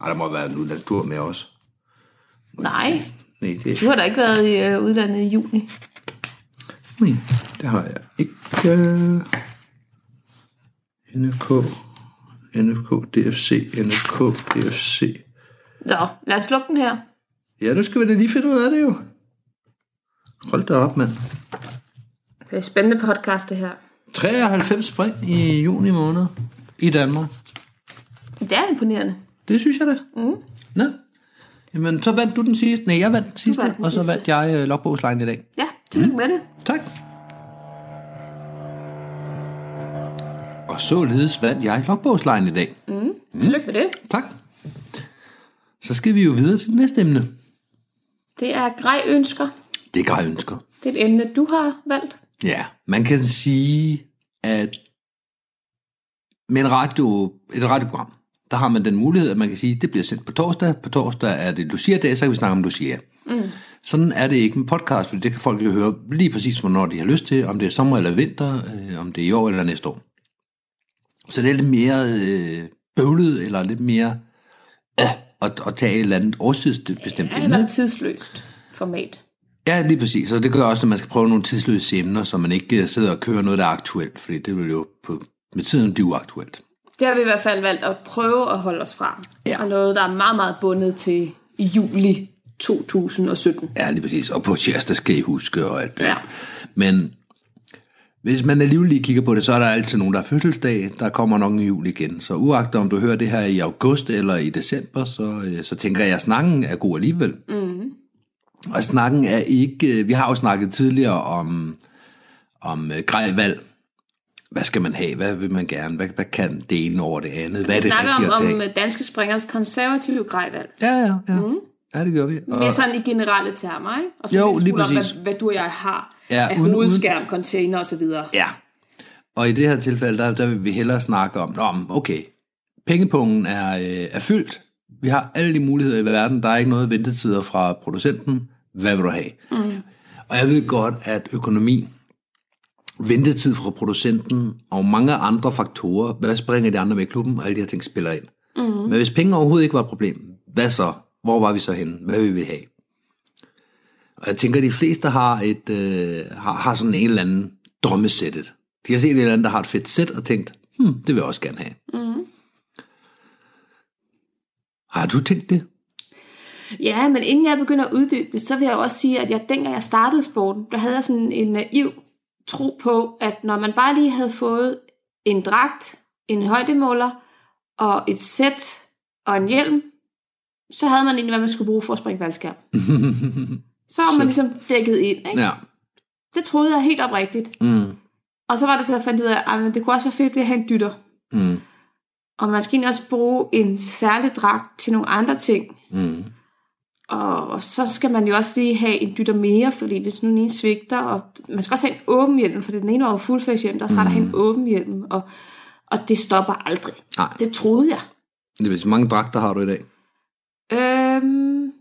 Ej, der må have været en udlandsk tur med os.
Nej,
Nej, det,
du har da ikke været i øh, udlandet i juni.
Nej, det har jeg ikke. Øh, NFK, NFK, DFC, NFK, DFC.
Nå, lad os lukke den her.
Ja, nu skal vi da lige finde ud af det jo. Hold da op, mand.
Det er et spændende podcast, det her.
93 spring i juni måned i Danmark.
Det er imponerende.
Det synes jeg da. Mm. Nå. Jamen, så vandt du den sidste. Nej, jeg vandt den sidste,
vandt den
og så
sidste.
vandt jeg øh, logbogslejen i dag.
Ja,
Mm.
tillykke med det.
Tak. Og således vandt jeg logbogslejen i dag. Mm.
Tillykke med det.
Tak. Så skal vi jo videre til det næste emne.
Det er grej ønsker.
Det er grejønsket.
Det er et emne, du har valgt.
Ja, man kan sige, at med en radio, et radioprogram, der har man den mulighed, at man kan sige, at det bliver sendt på torsdag. På torsdag er det Lucia-dag, så kan vi snakke om Lucia. Mm. Sådan er det ikke med podcast, for det kan folk jo høre lige præcis, hvornår de har lyst til, om det er sommer eller vinter, øh, om det er i år eller næste år. Så det er lidt mere øh, bøvlet, eller lidt mere øh, at, at tage et eller andet årstidsbestemt
Ja,
emne.
eller et tidsløst format.
Ja, lige præcis. Og det gør også, at man skal prøve nogle tidsløse emner, så man ikke øh, sidder og kører noget, der er aktuelt, fordi det vil jo på, med tiden blive uaktuelt.
Det har vi i hvert fald valgt at prøve at holde os fra.
Ja.
Og noget, der er meget, meget bundet til i juli 2017.
Ja, lige præcis. Og på tirsdag skal I huske og alt det.
Ja.
Men hvis man alligevel lige kigger på det, så er der altid nogen, der har fødselsdag. Der kommer nok en jul igen. Så uagtet om du hører det her i august eller i december, så, øh, så tænker jeg, at snakken er god alligevel. Mm.
Mm-hmm.
Og snakken er ikke... øh, Vi har jo snakket tidligere om, om øh, grejvalg. Hvad skal man have? Hvad vil man gerne? Hvad, hvad kan det ene over det andet? Hvad er
Vi
det
snakker
rigtige at
om,
tage?
om øh, danske springers konservative grejvalg.
Ja, ja, ja. Mm. Ja, det gør vi. Og,
Mere sådan i generelle termer, ikke? Og så
Jo,
en lille
lige
smule om,
præcis.
Hvad, hvad du og jeg har
Ja,
af
uden- uden-
hovedskærm, container osv.
Ja. Og i det her tilfælde, der, der vil vi hellere snakke om, om okay, pengepungen er, øh, er fyldt. Vi har alle de muligheder i verden. Der er ikke noget ventetider fra producenten. Hvad vil du have? Mm. Og jeg ved godt, at økonomi, ventetid fra producenten og mange andre faktorer, hvad springer de andre med i klubben, og alle de her ting spiller ind. Mm. Men hvis penge overhovedet ikke var et problem, hvad så? Hvor var vi så henne? Hvad vil vi have? Og jeg tænker, at de fleste har, et, øh, har, har sådan en eller anden drømmesættet. De har set en eller anden, der har et fedt sæt, og tænkt, hmm, det vil jeg også gerne have. Mm. Har du tænkt det?
Ja, men inden jeg begynder at uddybe det, så vil jeg jo også sige, at jeg, dengang jeg startede sporten, der havde jeg sådan en naiv tro på, at når man bare lige havde fået en dragt, en højdemåler og et sæt og en hjelm, så havde man egentlig, hvad man skulle bruge for at springe valgskærm.
Mm,
så var man ligesom dækket ind. Ikke?
Ja.
Det troede jeg helt oprigtigt.
Mm.
Og så var det så, at jeg fandt ud af, at det kunne også være fedt lige at have en dytter.
Mm.
Og man skal egentlig også bruge en særlig dragt til nogle andre ting.
Mm.
Og så skal man jo også lige have en dytter mere, fordi hvis nu den ene svigter, og man skal også have en åben hjelm, for den ene var jo fuldface hjelm, der er mm. at have en åben hjelm, og, og det stopper aldrig.
Nej.
Det troede jeg.
Det vil sige, mange dragter har du i dag.
Øhm,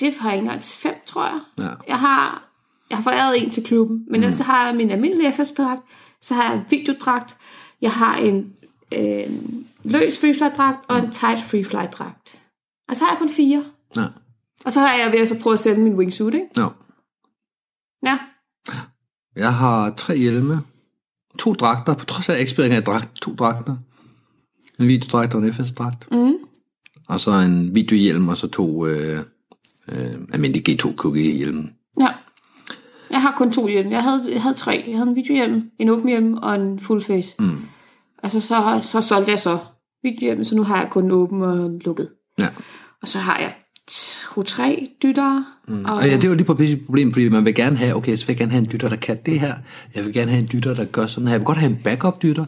det har jeg ikke engang fem, tror jeg.
Ja.
Jeg har, jeg har foræret en til klubben, men mm. ellers så har jeg min almindelige FS-dragt, så har jeg en videodragt, jeg har en, øh, en løs freefly-dragt og en tight freefly-dragt. Og så har jeg kun fire.
Ja.
Og så har jeg ved at så prøve at sælge min wingsuit, ikke?
Ja.
Ja.
Jeg har tre hjelme, to dragter, på trods af eksperimentet af dragt, to dragter. En videodragt og en FS-dragt.
Mm.
Og så en videohjelm, og så to øh, øh, almindelige G2 QG-hjelme.
Ja. Jeg har kun to hjelme. Jeg havde, jeg havde tre. Jeg havde en videohjelm, en åben hjelm og en full face.
Mm.
Altså, så, så solgte jeg så videohjelmen, så nu har jeg kun åben og lukket.
Ja.
Og så har jeg to-tre dytter. Mm.
Og ja, det er jo lige på et problem, fordi man vil gerne have, okay, så vil jeg gerne have en dytter, der kan det her. Jeg vil gerne have en dytter, der gør sådan her. Jeg vil godt have en backup dytter.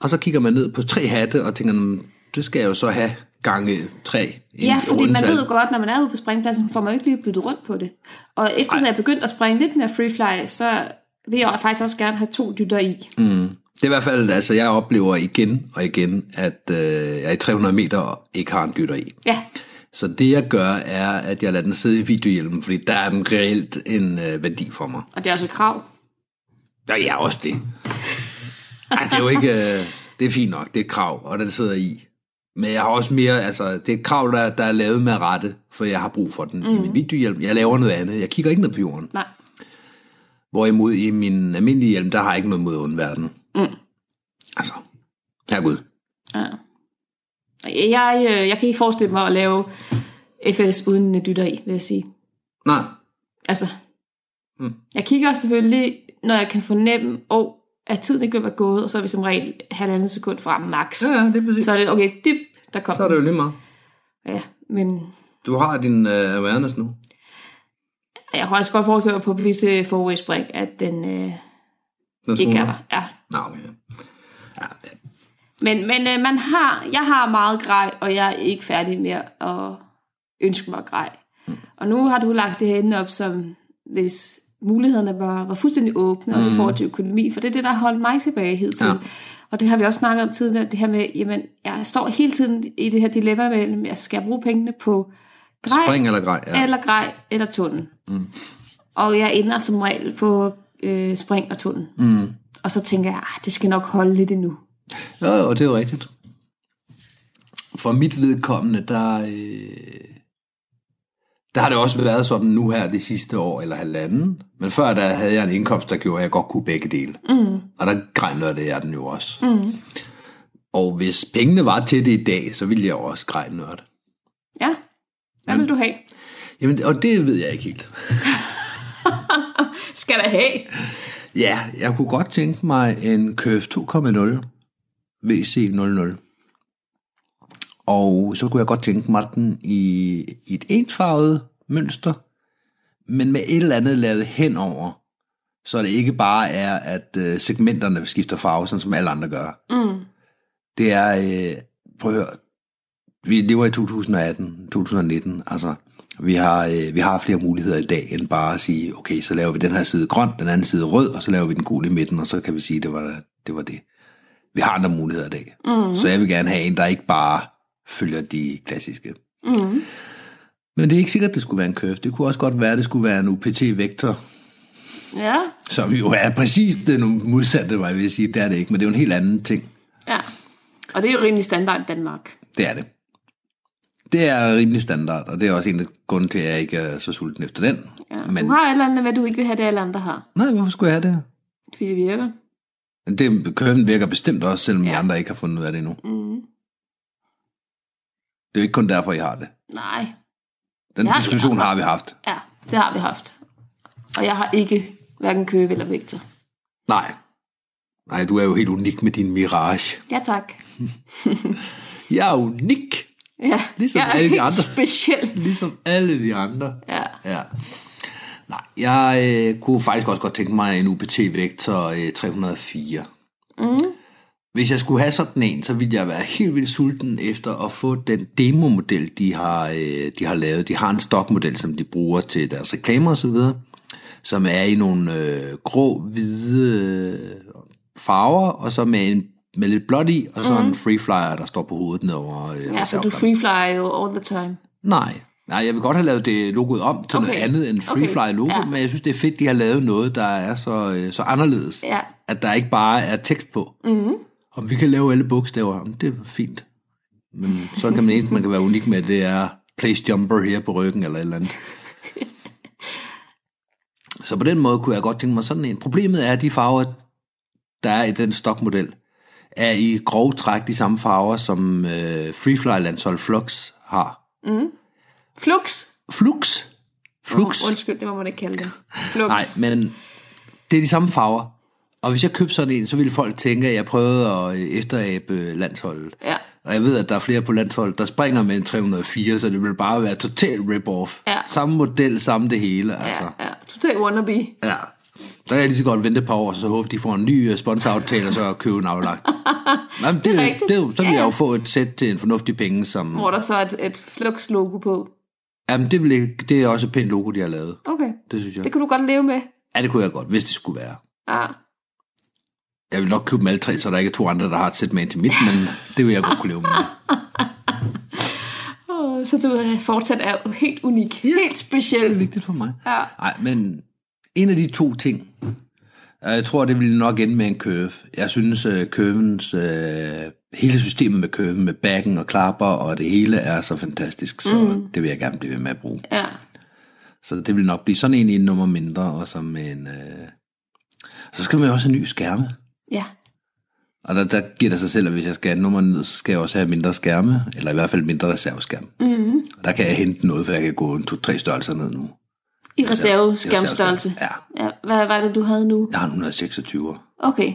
Og så kigger man ned på tre hatte og tænker, "Mm, det skal jeg jo så have gange tre.
Ja, fordi man ved jo
godt.
godt, når man er ude på springpladsen, får man jo ikke lige byttet rundt på det. Og efter jeg begyndte at springe lidt mere freefly, så vil jeg faktisk også gerne have to dytter i. Mm.
Det er i hvert fald, altså jeg oplever igen og igen, at øh, jeg i 300 meter ikke har en dytter i.
Ja,
Så det jeg gør, er, at jeg lader den sidde i videohjelmen, fordi der er den reelt en øh, værdi for mig.
og det er også et krav.
Og jeg er også det. Ej, det er jo ikke... Øh, det er fint nok, det er et krav, og den sidder i. Men jeg har også mere, altså, det er et krav, der, der er lavet med rette, for jeg har brug for den mm. i min videohjelm. Jeg laver noget andet, jeg kigger ikke ned på jorden.
Nej.
Hvorimod i min almindelige hjelm, der har jeg ikke noget mod undverden. Mm. Altså, herregud.
Jeg, øh, jeg kan ikke forestille mig at lave FS uden en dytter i, vil jeg sige.
Nej,
Altså,
Mm.
mm. jeg kigger selvfølgelig, når jeg kan fornemme, oh, at tiden ikke vil være gået, og så er vi som regel halvandet sekund frem max.
ja, ja, det er præcis.
Så er det, okay, dip, der kommer.
Så er det jo lige meget.
Ja, men
Du har din øh, awareness nu.
jeg kan også godt forestille mig på visse forudspring, at den øh,
Den
ikke er
smuler.
der. Ja.
Nå, okay.
Men, men øh, man har, jeg har meget grej, og jeg er ikke færdig med at ønske mig grej. Og nu har du lagt det herinde op, som hvis mulighederne var, var fuldstændig åbne, mm. også i forhold til økonomi, for det er det, der har holdt mig tilbage hele tiden.
Ja.
Ja. Og det har vi også snakket om tidligere, det her med, jamen, jeg står hele tiden i det her dilemma mellem, jeg skal bruge pengene på grej,
Spring eller grej, ja.
ja. eller grej, eller tunnel. Mm. Og jeg ender som regel på øh, spring og tunnel. Mm. Og så tænker jeg, "Ah, det skal nok holde lidt endnu.
Ja, og det er jo rigtigt. For mit vedkommende, der, øh, der har det også været sådan nu her det sidste år eller halvanden. Men før der havde jeg en indkomst, der gjorde, at jeg godt kunne begge dele. Mm. Og der grænlede jeg den jo også. Mm. Og hvis pengene var til det i dag, så ville jeg jo også grænlede det.
Ja, hvad vil du have?
Jamen, og det ved jeg ikke helt.
Skal der have?
Ja, jeg kunne godt tænke mig en Curve 2.0 VC00. Og så kunne jeg godt tænke mig den i, i et ensfarvet mønster, men med et eller andet lavet henover, så det ikke bare er, at øh, segmenterne skifter farve, sådan som alle andre gør.
Mm.
Det er, øh, prøv at høre, vi lever i 2018, 2019, altså vi har, øh, vi har flere muligheder i dag, end bare at sige, okay, så laver vi den her side grøn, den anden side rød, og så laver vi den gule i midten, og så kan vi sige, det var det. Var det. Vi har andre muligheder i dag. Mm. Så jeg vil gerne have en, der ikke bare følger de klassiske.
Mm.
Men det er ikke sikkert, det skulle være en curve. Det kunne også godt være, det skulle være en UPT-vektor,
Ja,
som jo er præcis den modsatte vej, vil jeg sige. Det er det ikke, men det er jo en helt anden ting.
ja. Og det er jo rimelig standard i Danmark.
Det er det. Det er rimelig standard, og det er også en af grunden til, at jeg ikke er så sulten efter den.
Ja. Men... Du har et eller andet, hvad du ikke vil have, det alle andre har.
nej, hvorfor skulle jeg have det?
Fordi det virker.
Det køben virker bestemt også, selvom ja. I andre ikke har fundet ud af det endnu.
Mm.
Det er jo ikke kun derfor, I har det.
Nej,
Den
Ja,
ja, diskussion ja. har vi haft.
ja, det har vi haft. Og jeg har ikke hverken købe eller vægter.
Nej. Nej, du er jo helt unik med din Mirage.
Ja, tak.
Jeg er unik,
Ja.
Ligesom
jeg er
alle de
helt
andre.
speciel.
ligesom alle de andre.
Ja.
Ja. Nej, jeg øh, kunne faktisk også godt tænke mig en UPT-vektor øh, 304. Mm. Hvis jeg skulle have sådan en, så ville jeg være helt vildt sulten efter at få den demomodel, de har, øh, de har lavet. De har en stokmodel, som de bruger til deres reklamer osv., som er i nogle øh, grå-hvide øh, farver, og så med, en, med lidt blåt i, og så mm. en free flyer, der står på hovedet nedover. Øh,
Ja, for du
reservekampen.
freeflyer jo all the time.
Nej. Nej, jeg vil godt have lavet det logoet om til okay. noget
Okay.
andet end
Okay.
Freefly logo, okay. ja.
Ja.
men jeg synes, det er fedt, de har lavet noget, der er så, øh, så anderledes.
Ja.
At der ikke bare er tekst på. Mm-hmm. Om vi kan lave alle bogstaver, jamen, det er fint. Men så kan man eneste, man kan være unik med, det er place jumper her på ryggen eller et eller andet. Så på den måde kunne jeg godt tænke mig sådan en. Problemet er, at de farver, der er i den stokmodel, er i grov træk de samme farver, som øh, Freefly-landshold Flux har.
Flux.
Flux. Flux.
Oh, undskyld, det må man ikke kalde det. Flux.
Nej, men det er de samme farver. Og hvis jeg købte sådan en, så ville folk tænke, at jeg prøvede at øh, efterabe øh, landsholdet.
Ja.
Og jeg ved, at der er flere på landsholdet, der springer med en 304, så det vil bare være total rip-off.
Ja.
Samme model, samme det hele, altså.
Ja, ja. Total wannabe.
Ja. Så kan jeg lige så godt vente et par år, så håber de får en ny øh, sponsoraftale, og så købe en aflagt. Nej, men det,
er
det,
rigtigt.
det, er jo- så vil
Ja,
jeg
ja.
jo få et sæt til en fornuftig penge, som...
Hvor der så er et, et Flux-logo på.
Jamen, det, vil, ikke- det er også et pænt logo, de har lavet.
Okay.
Det synes jeg.
Det kan du godt leve med. Ah.
Ja, det kunne jeg godt, hvis det skulle være.
Ja.
Jeg vil nok købe dem alle tre, så der ikke er to andre, der har et sæt med ind til mit, men det vil jeg godt kunne leve med.
Åh, Så du øh, fortsat er helt unik, helt
Det er
speciel.
vigtigt for mig.
Ja.
Nej, men en af de to ting, og jeg tror, det ville nok ende med en curve. Jeg synes, uh, curvens, uh, hele systemet med curven, med backen og klapper og det hele er så fantastisk, så mm. det vil jeg gerne blive ved med at bruge.
Ja.
Så det vil nok blive sådan en i et nummer mindre, og som en... Øh... Så skal man jo også have nye skærme.
ja.
Og der, der giver det sig selv, at hvis jeg skal have nummeret ned, så skal jeg også have mindre skærme, eller i hvert fald mindre reserveskærme. Mm-hmm. Der kan jeg hente noget, for jeg kan gå en to-tre størrelser ned nu.
Mhm. I
Altså,
reserveskærmstørrelse.
Ja,
Ja, hvad var det, du havde nu?
jeg har en 126.
Okay.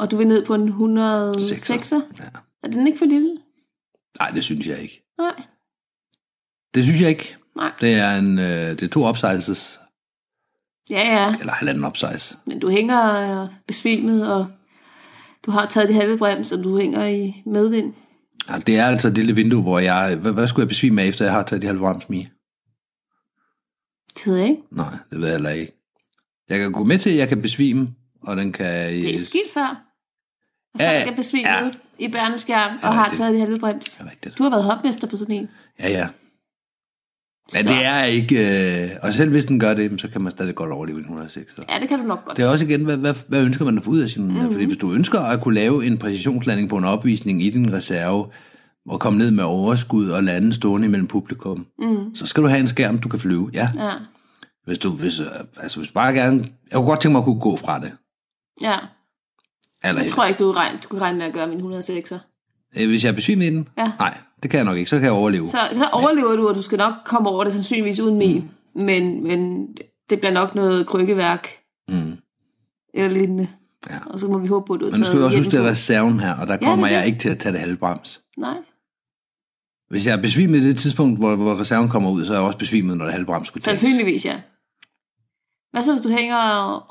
Og du vil ned på en 106'er?
Sekser. Ja.
Er den ikke for lille?
Nej, det synes jeg ikke.
Nej.
Det synes jeg ikke.
Nej.
Det er, en, øh, det er to upsizes,
Ja, ja.
eller halvanden upsize.
Men du hænger øh, besvimet, og du har taget det halve brems, og du hænger i medvind.
Ja, det er altså et lille vindue, hvor jeg... Hvad, hvad skulle jeg besvime af, efter jeg har taget de halve rams med?
Det ved jeg ikke.
Nej, det ved jeg heller ikke. Jeg kan gå med til, at jeg kan besvime, og den kan...
Det er skidt før. Og
Ja,
folk er besvimet
ja.
ja. i bærneskærm
Ja,
og har
det-
taget det halve brems.
Det er rigtigt.
Du har været hopmester på sådan en.
Ja, ja. Men det er ikke... Øh, og selv hvis den gør det, jamen, så kan man stadig godt overleve en 106. Så.
Ja, Mhm. det kan du nok godt.
Det er også igen, hvad, hvad, hvad ønsker man at få ud af sin... Mm-hmm. Fordi hvis du ønsker at kunne lave en præcisionslanding på en opvisning i din reserve, og komme ned med overskud og lande stående imellem publikum,
Mhm.
mm. så skal du have en skærm, du kan flyve. Ja,
Ja,
hvis du, hvis, øh, altså, hvis du bare gerne... Jeg kunne godt tænke mig at kunne gå fra det.
ja.
Eller
Jeg tror ikke, du, regn, du kunne regne med at gøre min 106'er.
Øh, Hvis jeg er besvimet i den?
Ja.
Nej, det kan jeg nok ikke. Så kan jeg overleve.
Så, så overlever du, og du skal nok komme over det sandsynligvis uden min. Mm. Men, men det bliver nok noget krykkeværk
Mm.
eller lignende.
Ja.
Og så må vi håbe på, at du har
Men nu skal jeg også
hjelmen
huske, det er
på.
reserven her, og der
det er
kommer ja, jeg
det.
ikke til at tage det halve brems.
Nej.
Hvis jeg er besvimet i det tidspunkt, hvor, hvor reserven kommer ud, så er jeg også besvimet, når det halve brems skulle tages.
Sandsynligvis, ja. Hvad så, hvis du hænger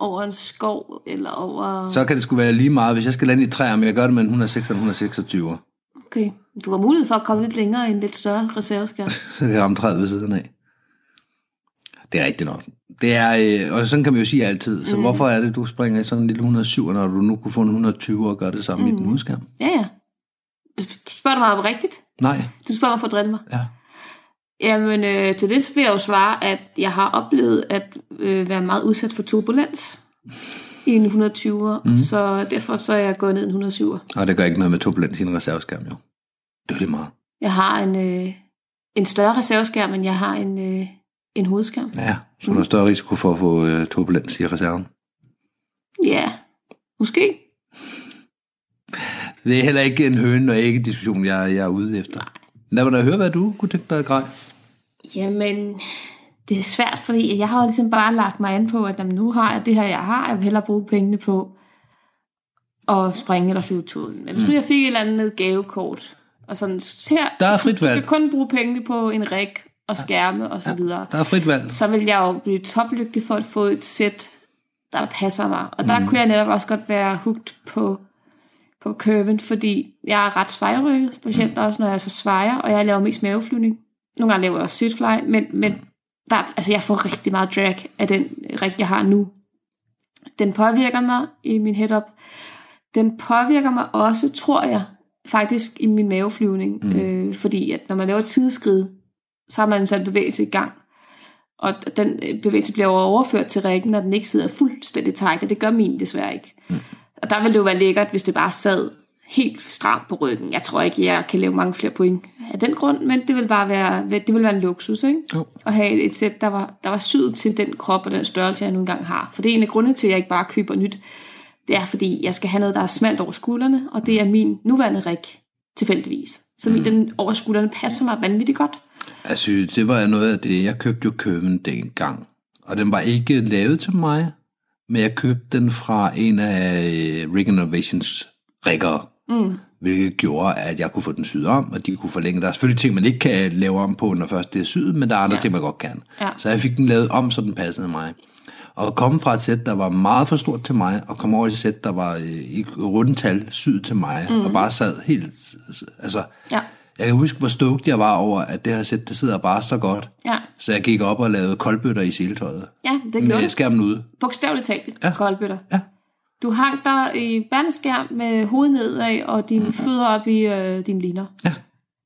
over en skov, eller over...
Så kan det sgu være lige meget, hvis jeg skal lande i træer, men jeg gør det med en 106 eller 126,
Okay. Du har mulighed for at komme lidt længere i en lidt større reserveskærm.
så kan jeg ramme træet ved siden af. Det er rigtigt nok. Det er, øh, og sådan kan man jo sige altid. Så mm. hvorfor er det, du springer i sådan en lille 107, når du nu kunne få en 120 og gøre det samme mm. i den udskærm?
Ja, ja. Spørger du mig om rigtigt?
Nej,
Du spørger mig for at drille mig.
ja.
Jamen, øh, til det vil jeg jo svare, at jeg har oplevet at øh, være meget udsat for turbulens i en 120'er, mm. så derfor så er jeg gået ned i en 107'er.
Og det gør ikke noget med turbulens i en reserveskærm, jo. Det er det meget.
Jeg har en, øh, en større reserveskærm, men jeg har en, øh, en hovedskærm.
Ja, så mm. der er større risiko for at få øh, turbulens i reserven.
Ja, måske.
Det er heller ikke en høne og ikke diskussion, jeg, jeg er ude efter. Lad mig da høre, hvad du kunne tænke dig at grej.
Jamen, det er svært, fordi jeg har jo ligesom bare lagt mig an på, at jamen, nu har jeg det her, jeg har. Jeg vil hellere bruge pengene på at springe eller flyve turen. Men hvis nu jeg fik et eller andet gavekort, og sådan, her,
Der er frit
jeg
valg.
kan kun bruge pengene på en rig og skærme og så videre.
Der er frit valg.
Så vil jeg jo blive toplykkelig for at få et sæt, der passer mig. Og der mm. kunne jeg netop også godt være hugt på, på curven, fordi jeg er ret svejrykket, specielt mm. også når jeg så svejer, og jeg laver mest maveflyvning. Nogle gange laver jeg også sitfly, men, men der, altså jeg får rigtig meget drag af den rig, jeg har nu. Den påvirker mig i min head-up. Den påvirker mig også, tror jeg, faktisk i min maveflyvning. Mm. Øh, fordi at når man laver et sideskrid, så har man så en bevægelse i gang. Og den øh, bevægelse bliver jo overført til rækken, når den ikke sidder fuldstændig tight, og det gør min desværre ikke. Mm. Og der ville det jo være lækkert, hvis det bare sad helt stramt på ryggen. Jeg tror ikke, jeg kan lave mange flere point af den grund, men det vil bare være, det vil være en luksus, ikke?
Jo.
At have et- et sæt, der var, der var syet til den krop og den størrelse, jeg nu engang har. For det er en af grundene til, at jeg ikke bare køber nyt. Det er, fordi jeg skal have noget, der er smalt over skuldrene, og det er min nuværende rig tilfældigvis. Så min, den over skuldrene passer mig vanvittigt godt.
Altså, det var noget af det. Jeg købte jo køben dengang. Og den var ikke lavet til mig, men jeg købte den fra en af øh, Rig Innovations riggere. Mm. Hvilket gjorde, at jeg kunne få den syet om, og de kunne forlænge. Der er selvfølgelig ting, man ikke kan lave om på, når først det er syet, men der er andre ja. ting, man godt kan.
Ja.
Så jeg fik den lavet om, så den passede mig. Og at komme fra et sæt, der var meget for stort til mig, og komme over i et sæt, der var øh, i rundtal syet til mig, mm. og bare sad helt... Altså,
Ja,
jeg kan huske, hvor stoked jeg var over, at det her sæt, det sidder bare så godt.
ja,
Så jeg gik op og lavede koldbøtter i seletøjet.
ja det gjorde
Med
det.
skærmen ude.
Bogstaveligt talt,
Ja.
ja. koldbøtter.
Ja.
Du Du hang dig i bandskærm med hovedet nedad og dine fødder op i øh, dine liner.
Mm-hmm. Ja.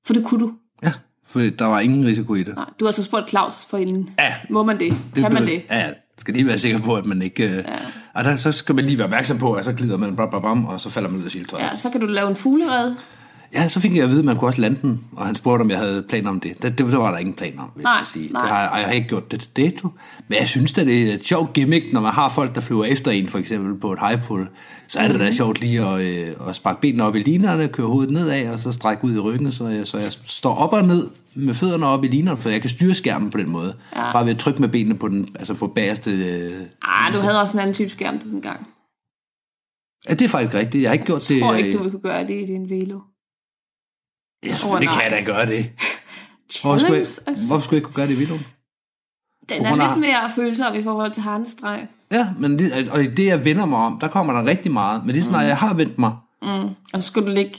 For det kunne du.
Ja, for der var ingen risiko i det.
Nej, du har så spurgt Claus for inden.
Ja.
Må man det? det kan man
blev-
det?
Ja, ja. skal lige være sikker på, at man ikke... Ja. Og der, så skal man lige være opmærksom på, at så glider man bam, bam, bam, og så falder man ud af siltøjet. Ja.
Ja, så kan du lave en fuglered.
ja, så fik jeg at vide, at man kunne også lande den, og han spurgte, om jeg havde planer om det. Det, det, det var der ingen planer om, vil
Nej,
jeg så sige.
nej.
Det har, jeg- og jeg har ikke gjort det til dato. Men jeg synes da, det er et sjovt gimmick, når man har folk, der flyver efter en, for eksempel på et high pull. Så er det
Mhm.
da sjovt lige at, øh, at sparke benene op i linerne, køre hovedet nedad, og så strække ud i ryggen, så jeg, så jeg står op og ned med fødderne op i linerne, for jeg kan styre skærmen på den måde. Ja. Bare ved at trykke med benene på den, altså på bagerste øh,
Ah, du havde også en anden type skærm den gang.
Ja, det er faktisk rigtigt. Jeg har ikke gjort det. øh,
Jeg tror ikke, du ville kunne gøre det i din velo.
Jeg synes,
Åh,
det kan
nej.
jeg da gøre det. Hvorfor skulle,
Challenge?
jeg,
Altså,
hvorfor skulle jeg ikke kunne gøre det i Vildum?
den
på
er
grund af-
lidt mere følsom i forhold til harnestreg.
Ja, men det, og i det, jeg vender mig om, der kommer der rigtig meget. Men lige snart jeg har vendt mig,
Mm. Og så skal du ligge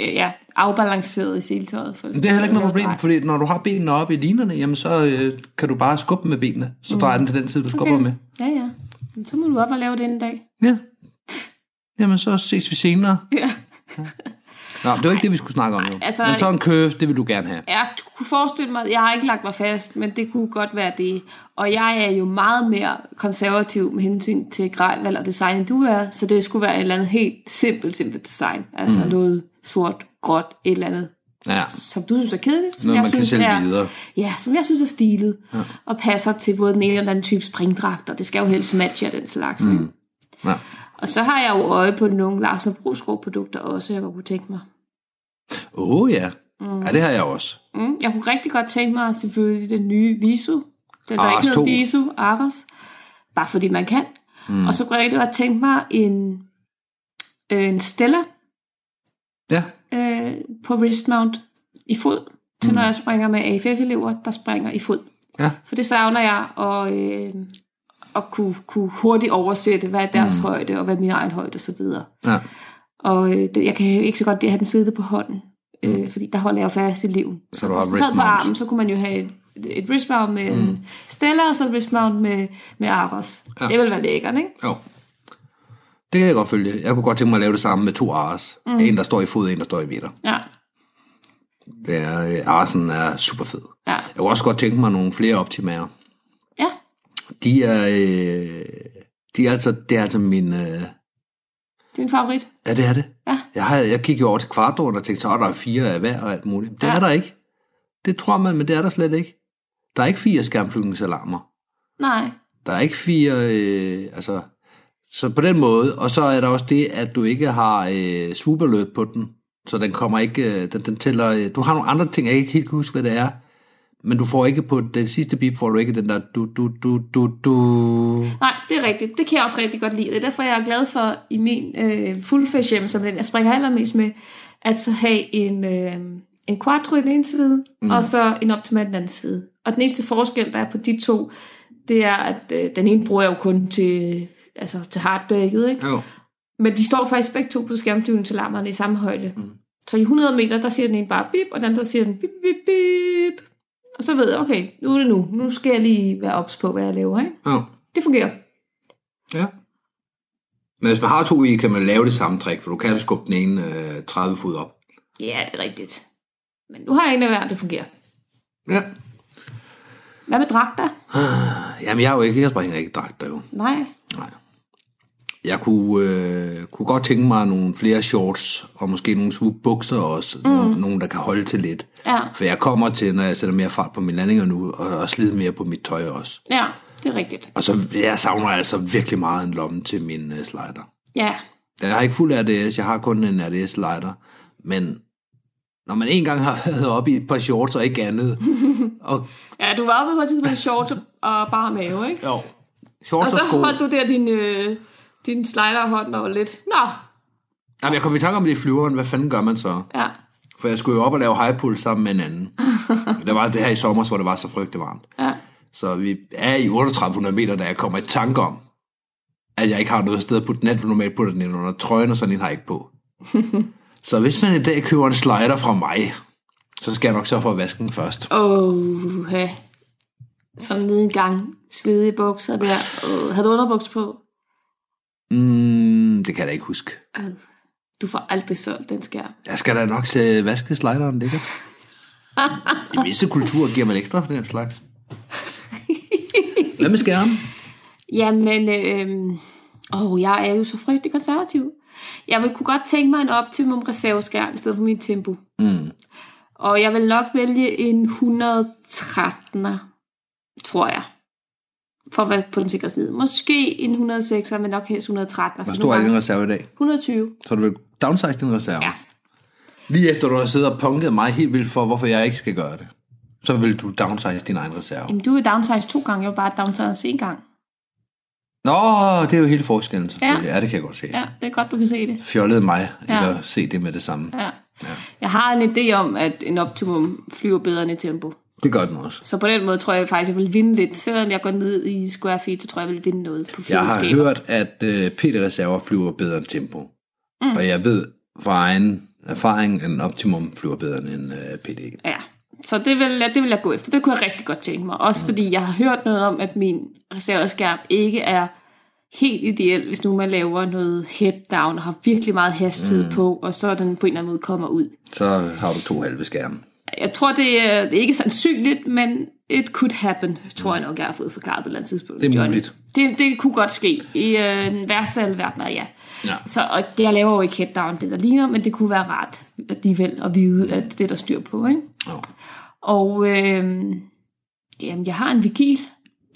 øh, ja, afbalanceret i seletøjet. For
det er heller ikke noget problem, fordi når du har benene oppe i linerne, jamen så øh, kan du bare skubbe med benene. Så drejer den til den side, du skubber med.
Ja, ja. Men Så må du op og lave det en dag.
Ja. Jamen så ses vi senere.
Ja.
Nå, det var ikke det, vi skulle snakke om jo.
altså-
men så en curve, det vil du gerne have.
Jeg kunne forestille mig, jeg har ikke lagt mig fast, men det kunne godt være det. Og jeg er jo meget mere konservativ med hensyn til grejvalg og design, end du er, så det skulle være et eller andet helt simpelt, simpelt design. Altså mm. noget sort, gråt, et eller andet,
Ja.
som du synes er kedeligt. som
Noget,
jeg
man kan
synes
sælge
er,
videre.
Ja, som jeg synes er stilet, ja. og passer til både den ene og den anden type springdragter. Det skal jo helst matche og den slags. Mm.
ja.
Og så har jeg jo øje på nogle Larsen og Brugsgaard produkter også, jeg godt kunne tænke mig.
Åh oh, ja. Ja, det har jeg også.
Mm, jeg kunne rigtig godt tænke mig selvfølgelig den nye Visu. Den der
Ares
ikke hedder
2.
Ah, Visu, Aras. Bare fordi man kan. Mm. Og så kunne jeg rigtig godt tænke mig en, øh, en Stella
Ja.
øh, på wristmount i fod. Til mm. når jeg springer med AFF-elever, der springer i fod.
Ja.
For det savner jeg og, øh, at kunne, kunne hurtigt oversætte, hvad er deres mm. højde, og hvad er min egen højde osv.
ja.
Og øh, det, jeg kan jo ikke så godt det at have den siddende på hånden, øh, fordi der holder jeg jo fast i livet.
Mm. Så du har
Hvis den sad på
wristmount.
armen, så kunne man jo have et, et wristmount med mm. Stella, og så et wristmount med, med Aros. Ja. Det ville være lækkert, ikke?
Jo. Det kan jeg godt følge. Jeg kunne godt tænke mig at lave det samme med to ars. Mm. En, der står i fod, og en, der står i meter.
Ja,
Det er, øh, arsen er super fed.
ja,
Jeg kunne også godt tænke mig nogle flere optimager.
ja.
De er, øh, de er altså, det er altså min, øh,
Det er en favorit.
ja det er det.
Ja.
Jeg, har, jeg gik jo over til kvartåren og tænkte, så er der fire af hver og alt muligt. Det
Ja.
ja. er der ikke. Det tror man, men det er der slet ikke. Der er ikke fire skærmflyvningsalarmer.
Nej,
Der er ikke fire, øh, altså, så på den måde, og så er der også det, at du ikke har øh, swoop alert på den, så den kommer ikke, øh, den, den tæller, øh, du har nogle andre ting, jeg ikke helt kan huske, hvad det er, men du får ikke på den sidste bip, får du ikke den der du, du, du, du, du.
nej, det er rigtigt. Det kan jeg også rigtig godt lide. Det er derfor, jeg er glad for i min øh, fullfish hjem, som er den jeg springer allermest med, at så have en, øh, en quattro i den ene side, mm. og så en optimal i den anden side. Og den eneste forskel, der er på de to, det er, at øh, den ene bruger jeg jo kun til, øh, altså, til hardbacket, ikke?
Jo.
Men de står faktisk begge to på skærmdyrningsalarmerne i samme højde. Mm. Så i 100 meter, der siger den ene bare bip, og den anden, der siger den bip, bip, bip. Og så ved jeg, okay, nu er det nu. Nu skal jeg lige være ops på, hvad jeg laver, ikke?
Jo.
Det fungerer.
Ja. Men hvis man har to i, kan man lave det samme trick, for du kan jo skubbe den ene øh, 30 fod op.
Ja, det er rigtigt. Men nu har jeg en af hver, det fungerer.
Ja.
Hvad med dragter?
Jamen, jeg er jo ikke, jeg springer ikke dragter jo.
Nej.
Nej. Jeg kunne, øh, kunne godt tænke mig nogle flere shorts, og måske nogle swoop bukser også. Mm. Nogle, nogle, der kan holde til lidt.
Ja.
For jeg kommer til, når jeg sætter mere fart på mine landinger nu, og, og slide mere på mit tøj også.
Ja, det er rigtigt.
Og så jeg savner altså virkelig meget en lomme til min øh, slider.
Ja,
Jeg har ikke fuld RDS, jeg har kun en RDS-slider. Men når man en gang har været oppe i et par shorts og ikke andet, og
ja du var oppe på et tidspunkt i shorts og bare mave, ikke?
jo,
Og
shorts og,
så
sko.
holdt du der din, øh, din slider i hånden og var lidt. Nå,
Jamen, jeg kom i tanke om det i flyveren, hvad fanden gør man så?
ja.
For jeg skulle jo op og lave high pull sammen med en anden. det var det her i sommer, hvor det var så frygtelig varmt.
ja.
Så vi er i 3800 meter, da jeg kommer i tanke om, at jeg ikke har noget sted at putte den anden, for normalt putter den ind under trøjen, og sådan en har jeg ikke på. så hvis man i dag køber en slider fra mig, så skal jeg nok sørge for at vaske den først.
Åh, ja. Sådan nede en gang. Svedige bukser der. Oh, havde du underbukser på?
Mm, det kan jeg da ikke huske.
Øh, Du får aldrig solgt den skærm.
Jeg skal da nok se vaskeslideren ligger. I visse kulturer giver man ekstra for den slags. Hvad med skærmen?
Jamen, øh, åh, jeg er jo så frygtelig konservativ. Jeg vil kunne godt tænke mig en Optimum reserveskærm i stedet for min Tempo. Mm. Og jeg vil nok vælge en 113'er, tror jeg. For at være på den sikre side. Måske en 106'er, men nok helst 113'er.
Hvor stor er din reserve i dag?
120.
Så har du vil downsize din reserve?
Ja.
Lige efter du har siddet og punket mig helt vildt for, hvorfor jeg ikke skal gøre det, så vil du downsize din egen reserve.
Jamen, du er downsize to gange, jeg vil bare downsize en gang.
Nå, det er jo hele forskellen selvfølgelig. Ja, ja det kan jeg godt se.
Ja, det er godt, du kan se det.
Fjollede mig,
Ja.
ikke at se det med det samme.
Ja. Jeg har en idé om, at en Optimum flyver bedre end et Tempo.
Det gør den også.
Så på den måde tror jeg faktisk, jeg vil vinde lidt. Selvom jeg går ned i square feet, så tror jeg, jeg vil vinde noget på
Jeg har
fjernskaber.
hørt, at øh, PT-reserver flyver bedre end tempo. Mm. Og jeg ved fra egen erfaring, at en optimum flyver bedre end en øh, PT.
Ja. Så det vil, jeg, det vil jeg gå efter. Det kunne jeg rigtig godt tænke mig. Også fordi jeg har hørt noget om, at min reserveskærm ikke er helt ideel, hvis nu man laver noget head down og har virkelig meget hastighed mm. på, og så den på en eller anden måde kommer ud.
Så har du to halve skærme.
Jeg tror, det er, det er ikke sandsynligt, men it could happen, tror jeg nok, jeg har fået forklaret på et eller andet tidspunkt.
Det er
Johnny.
muligt.
Det, det kunne godt ske. I øh, den værste af alle verdener, ja.
Ja.
Så, og det, jeg laver jo ikke headdown, det der ligner, men det kunne være rart alligevel at vide, at det er der styr på. Ikke?
Jo.
Og øh, jamen, jeg har en vigil.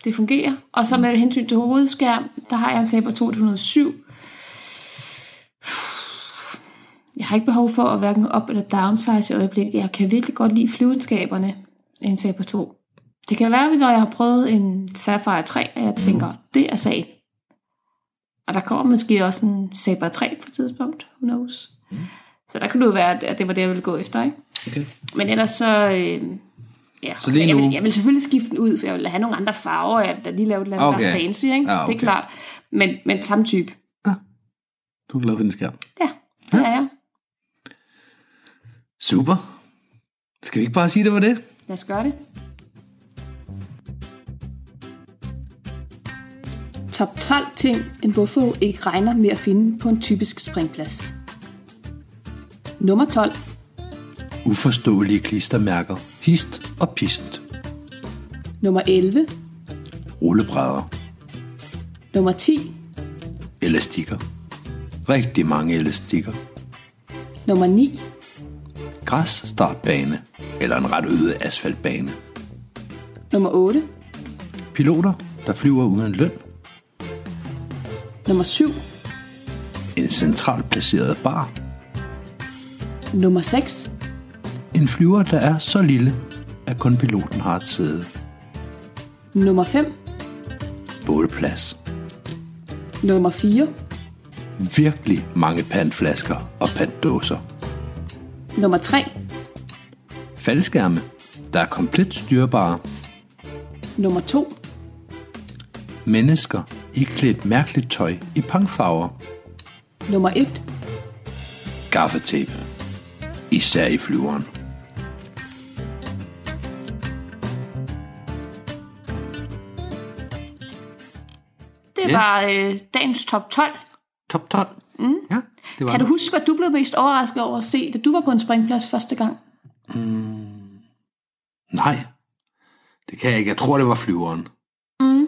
Det fungerer. Og så med hensyn til hovedskærm, der har jeg en Saber 207. Jeg har ikke behov for at hverken op- eller downsize i øjeblikket. Jeg kan virkelig godt lide flyvenskaberne af en Saber 2. Det kan være, når jeg har prøvet en Sapphire 3, at jeg tænker, mm. det er sagen. Og der kommer måske også en Saber 3 på et tidspunkt. Who knows? Mm. Så der kunne det jo være, at det var det, jeg ville gå efter, ikke?
Okay.
Men ellers så... Øh, ja, så
lige
jeg,
nu-
vil, jeg vil selvfølgelig skifte den ud, for jeg vil have nogle andre farver, og jeg vil da lige lave et eller andet, okay. der er
Okay.
fancy, ikke?
Ja,
Det
okay.
er klart. Men, men samme type.
Du er glad for din skærm.
Ja, det er jeg.
Super. Skal vi ikke bare sige, det var det?
Lad os gøre det. Top 12 ting, en buffo ikke regner med at finde på en typisk springplads. Nummer 12.
Uforståelige klistermærker. Hist og pist.
Nummer 11.
Rullebrædder.
Nummer 10.
Elastikker. Rigtig mange elastikker.
Nummer 9.
Græs startbane. Eller en ret øde asfaltbane.
Nummer 8.
Piloter, der flyver uden løn.
Nummer 7.
En centralt placeret bar.
Nummer 6.
En flyver, der er så lille, at kun piloten har et sæde.
Nummer 5.
Bålplads.
Nummer 4.
Virkelig mange pandflasker og panddåser.
Nummer 3.
Faldskærme, der er komplet styrbare.
Nummer 2.
Mennesker iklædt mærkeligt tøj i pangfarver.
Nummer 1.
Gaffetape. Især i flyveren.
Det
Ja.
var øh, dagens top 12.
Top 12. Mm. Ja, det var
Kan du huske, hvad du blev mest overrasket over at se, da du var på en springplads første gang?
Nej, det kan jeg ikke. Jeg tror, det var flyveren. Mm.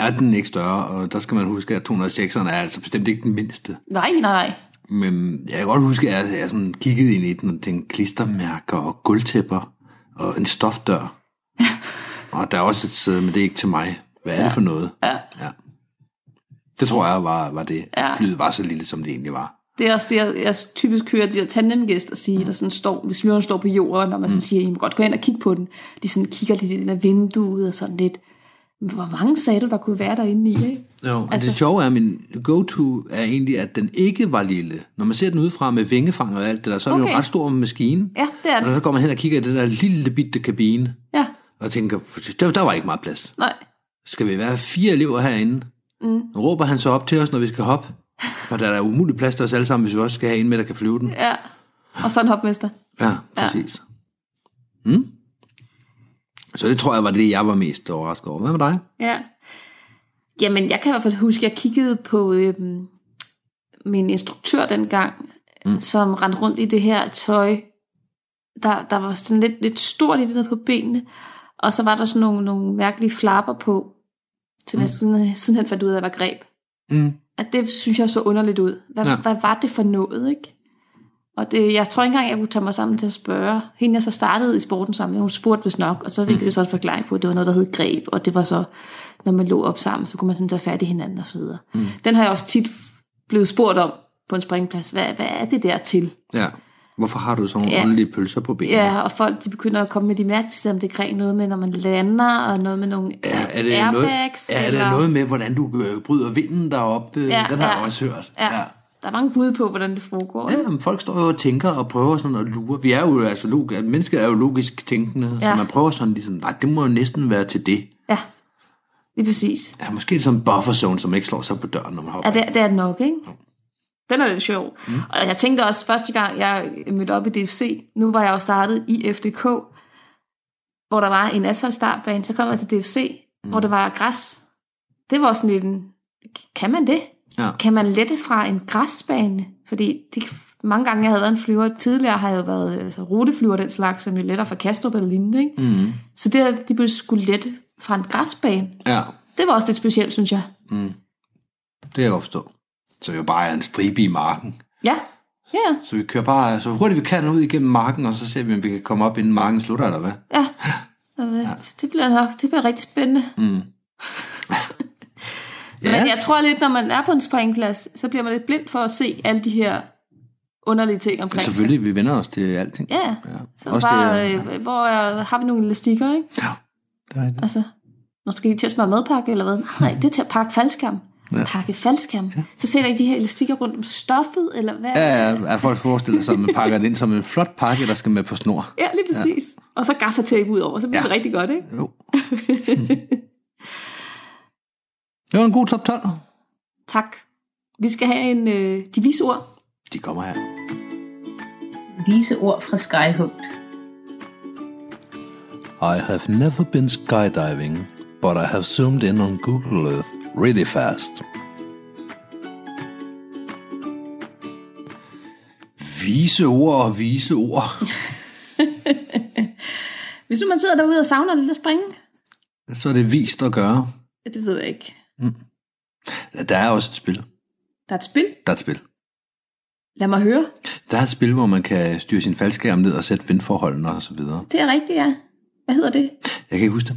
Er den ikke større, og der skal man huske, at 206'eren er altså bestemt ikke den mindste.
Nej, nej, nej.
Men jeg kan godt huske, at jeg, jeg sådan kiggede ind i den og tænkte klistermærker og gulvtæpper og en stofdør. og der er også et sæde, men det er ikke til mig. Hvad er ja. det for noget? Ja. ja. Det tror jeg var, var det. Ja. Flyet var så lille, som det egentlig var.
Det er også det, jeg, jeg typisk hører de der tandemgæster sige, der sådan står, hvis flyveren står på jorden, og man sådan siger, I må godt gå ind og kigge på den. De sådan kigger lidt ind af vinduet og sådan lidt. "Men Hvor mange sagde du, der kunne være derinde i, ikke?
Jo, altså, det sjove er, at min go-to er egentlig, at den ikke var lille. Når man ser den udefra med vingefang og alt det der, så er okay. det jo
Okay.
en ret stor maskine.
Ja, det er
Og
det.
så går man hen og kigger i den der lille bitte kabine,
Ja,
og tænker, der, der var ikke meget plads.
nej.
Skal vi være fire elever herinde? Mm. Råber han så op til os, når vi skal hoppe? For der er da umulig plads til os alle sammen, hvis vi også skal have en med, der kan flyve den.
Ja. Og sådan hopmester.
Ja, præcis. Mm. Så det tror jeg var det, jeg var mest overrasket over. Hvad med dig?
Ja. Jamen, jeg kan i hvert fald huske, at jeg kiggede på øhm, min instruktør dengang, mm. som rendte rundt i det her tøj, der, der var sådan lidt, lidt stort i det der på benene, og så var der sådan nogle, nogle mærkelige flapper på, til mm. jeg siden, sidenhen fandt ud af, at var greb.
Mm.
At det synes jeg så underligt ud. Hvad,
Ja.
ja. hvad var det for noget, ikke? Og det, jeg tror ikke engang, jeg kunne tage mig sammen til at spørge. Hende, jeg så startede i sporten sammen med, hun spurgte vist nok, og så
Mm.
fik vi så en forklaring på, at det var noget, der hed greb, og det var så, når man lå op sammen, så kunne man sådan tage fat i hinanden og så videre. Mm. Den har jeg også tit blevet spurgt om på en springplads. Hvad, hvad er det der til?
Ja. Hvorfor har du sådan nogle
Ja.
ja. underlige pølser på benene?
Ja, og folk de begynder at komme med de mærkeligste om det greb, noget med, når man lander, og noget med nogle
Er, er det,
airbags.
noget, er det
eller-
noget med, hvordan du øh, bryder vinden deroppe? Ja, Den har jeg også hørt.
Ja. ja. Der er mange bud på, hvordan det foregår.
Ja,
Ja.
men folk står jo og tænker og prøver sådan at lure. Vi er jo altså log- at mennesker er jo logisk tænkende, ja. så
Ja.
man prøver sådan ligesom, nej, det må jo næsten være til det.
ja. Lige præcis.
Ja, måske er det sådan en buffer zone, som ikke slår sig på døren, når man hopper.
Ja,
Ja,
det, det er det nok, ikke? Den er lidt sjov. Mm. Og jeg tænkte også, første gang jeg mødte op i DFC, nu var jeg jo startet i FDK, hvor der var en asfaltstartbane, så kom jeg til DFC, mm. hvor der var græs. Det var sådan lidt en, kan man det?
ja.
Kan man lette fra en græsbane? Fordi de, mange gange, jeg havde været en flyver, tidligere har jeg jo været altså, ruteflyver den slags, som jo letter fra Kastrup eller lignende. Ikke?
Mm,
Så det, at de blev skulle lette fra en græsbane,
ja,
det var også lidt specielt, synes jeg.
det kan jeg godt forstå. Så jo bare er en stribe i marken.
Ja, ja,
Så vi kører bare så hurtigt vi kan ud igennem marken, og så ser vi, om vi kan komme op, inden marken slutter, eller hvad?
ja. Og, øh, Det bliver nok, det bliver rigtig spændende.
Mm.
Ja. Men jeg tror lidt, når man er på en springplads, så bliver man lidt blind for at se alle de her underlige ting omkring sig.
Selvfølgelig, vi vender os til alting.
Ja,
Ja.
så
Også
Også
det,
bare,
ja.
det, øh, hvor er, har vi nogle elastikker, ikke?
Ja, det er rigtigt.
Altså, nu skal I til at smøre madpakke eller hvad? Nej, det er til at pakke faldskærm.
Ja.
Ja. Pakke faldskærm. Ja. Så sætter I de her elastikker rundt om stoffet, eller hvad?
Ja, ja, at folk forestiller sig, at man pakker det ind som en flot pakke, der skal med på snor.
ja lige præcis. Ja. Og så gaffatape ud over, så bliver
Ja.
ja. det rigtig godt, ikke?
Jo. det var en god top 12.
Tak. Vi skal have en øh, de vise ord.
De kommer her.
Vise ord fra Skyhugt.
I have never been skydiving, but I have zoomed in on Google Earth really fast. Vise ord og vise ord.
Hvis nu man sidder derude og savner lidt at springe,
Så er det vist at gøre.
det ved jeg ikke.
Der er også et spil.
Der er et spil.
Der er et spil.
Lad mig høre.
Der er et spil, hvor man kan styre sin faldskærm ned og sætte vindforholdene og så videre.
Det er rigtigt, ja. Hvad hedder det?
Jeg kan ikke huske det.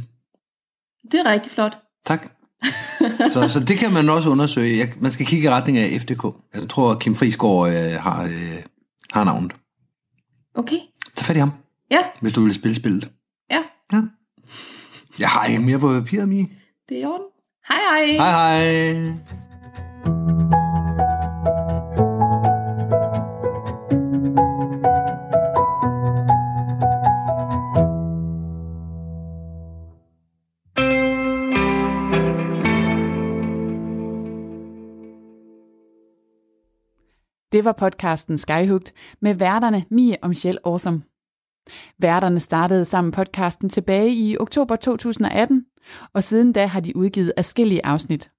Det er rigtig flot.
Tak. så, så det kan man også undersøge. Jeg, man skal kigge i retning af FDK. Jeg tror, at Kim Friisgaard øh, har, øh, har navnet.
Okay.
Tag fat i ham,
Ja,
hvis du vil spille spillet.
ja.
Ja. Jeg har ikke mere på papiret, Mie.
Det er i orden. Hej hej.
Hej hej.
Det var podcasten Skyhugt med værterne Mie og Michelle Årsom. Værterne startede sammen podcasten tilbage i oktober 2018, og siden da har de udgivet afskillige afsnit.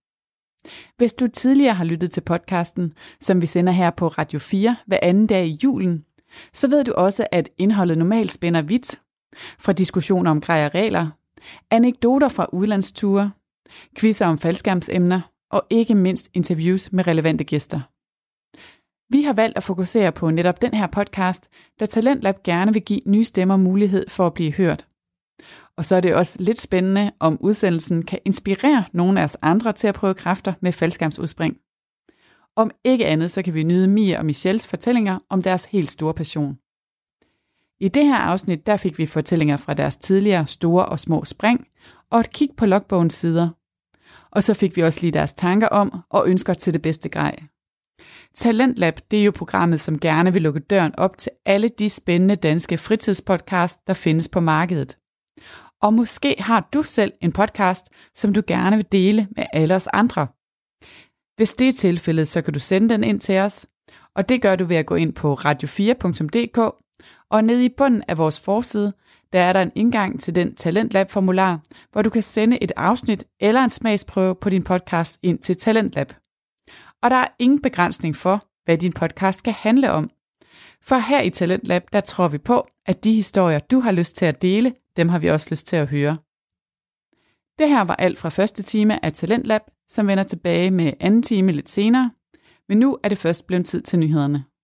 Hvis du tidligere har lyttet til podcasten, som vi sender her på Radio 4 hver anden dag i julen, så ved du også, at indholdet normalt spænder vidt. Fra diskussioner om grej og regler, anekdoter fra udlandsture, quizzer om faldskærmsemner og ikke mindst interviews med relevante gæster. Vi har valgt at fokusere på netop den her podcast, da Talentlab gerne vil give nye stemmer mulighed for at blive hørt. Og så er det også lidt spændende, om udsendelsen kan inspirere nogle af os andre til at prøve kræfter med faldskærmsudspring. Om ikke andet, så kan vi nyde Mia og Michelles fortællinger om deres helt store passion. I det her afsnit, der fik vi fortællinger fra deres tidligere store og små spring, og et kig på logbogens sider. Og så fik vi også lige deres tanker om og ønsker til det bedste grej. Talentlab, det er jo programmet, som gerne vil lukke døren op til alle de spændende danske fritidspodcast, der findes på markedet. Og måske har du selv en podcast, som du gerne vil dele med alle os andre. Hvis det er tilfældet, så kan du sende den ind til os, og det gør du ved at gå ind på radio4.dk, og nede i bunden af vores forside, der er der en indgang til den Talentlab-formular, hvor du kan sende et afsnit eller en smagsprøve på din podcast ind til Talentlab. og der er ingen begrænsning for, hvad din podcast skal handle om. For her i Talentlab, der tror vi på, at de historier, du har lyst til at dele, dem har vi også lyst til at høre. Det her var alt fra første time af Talentlab, som vender tilbage med anden time lidt senere. Men nu er det først blevet tid til nyhederne.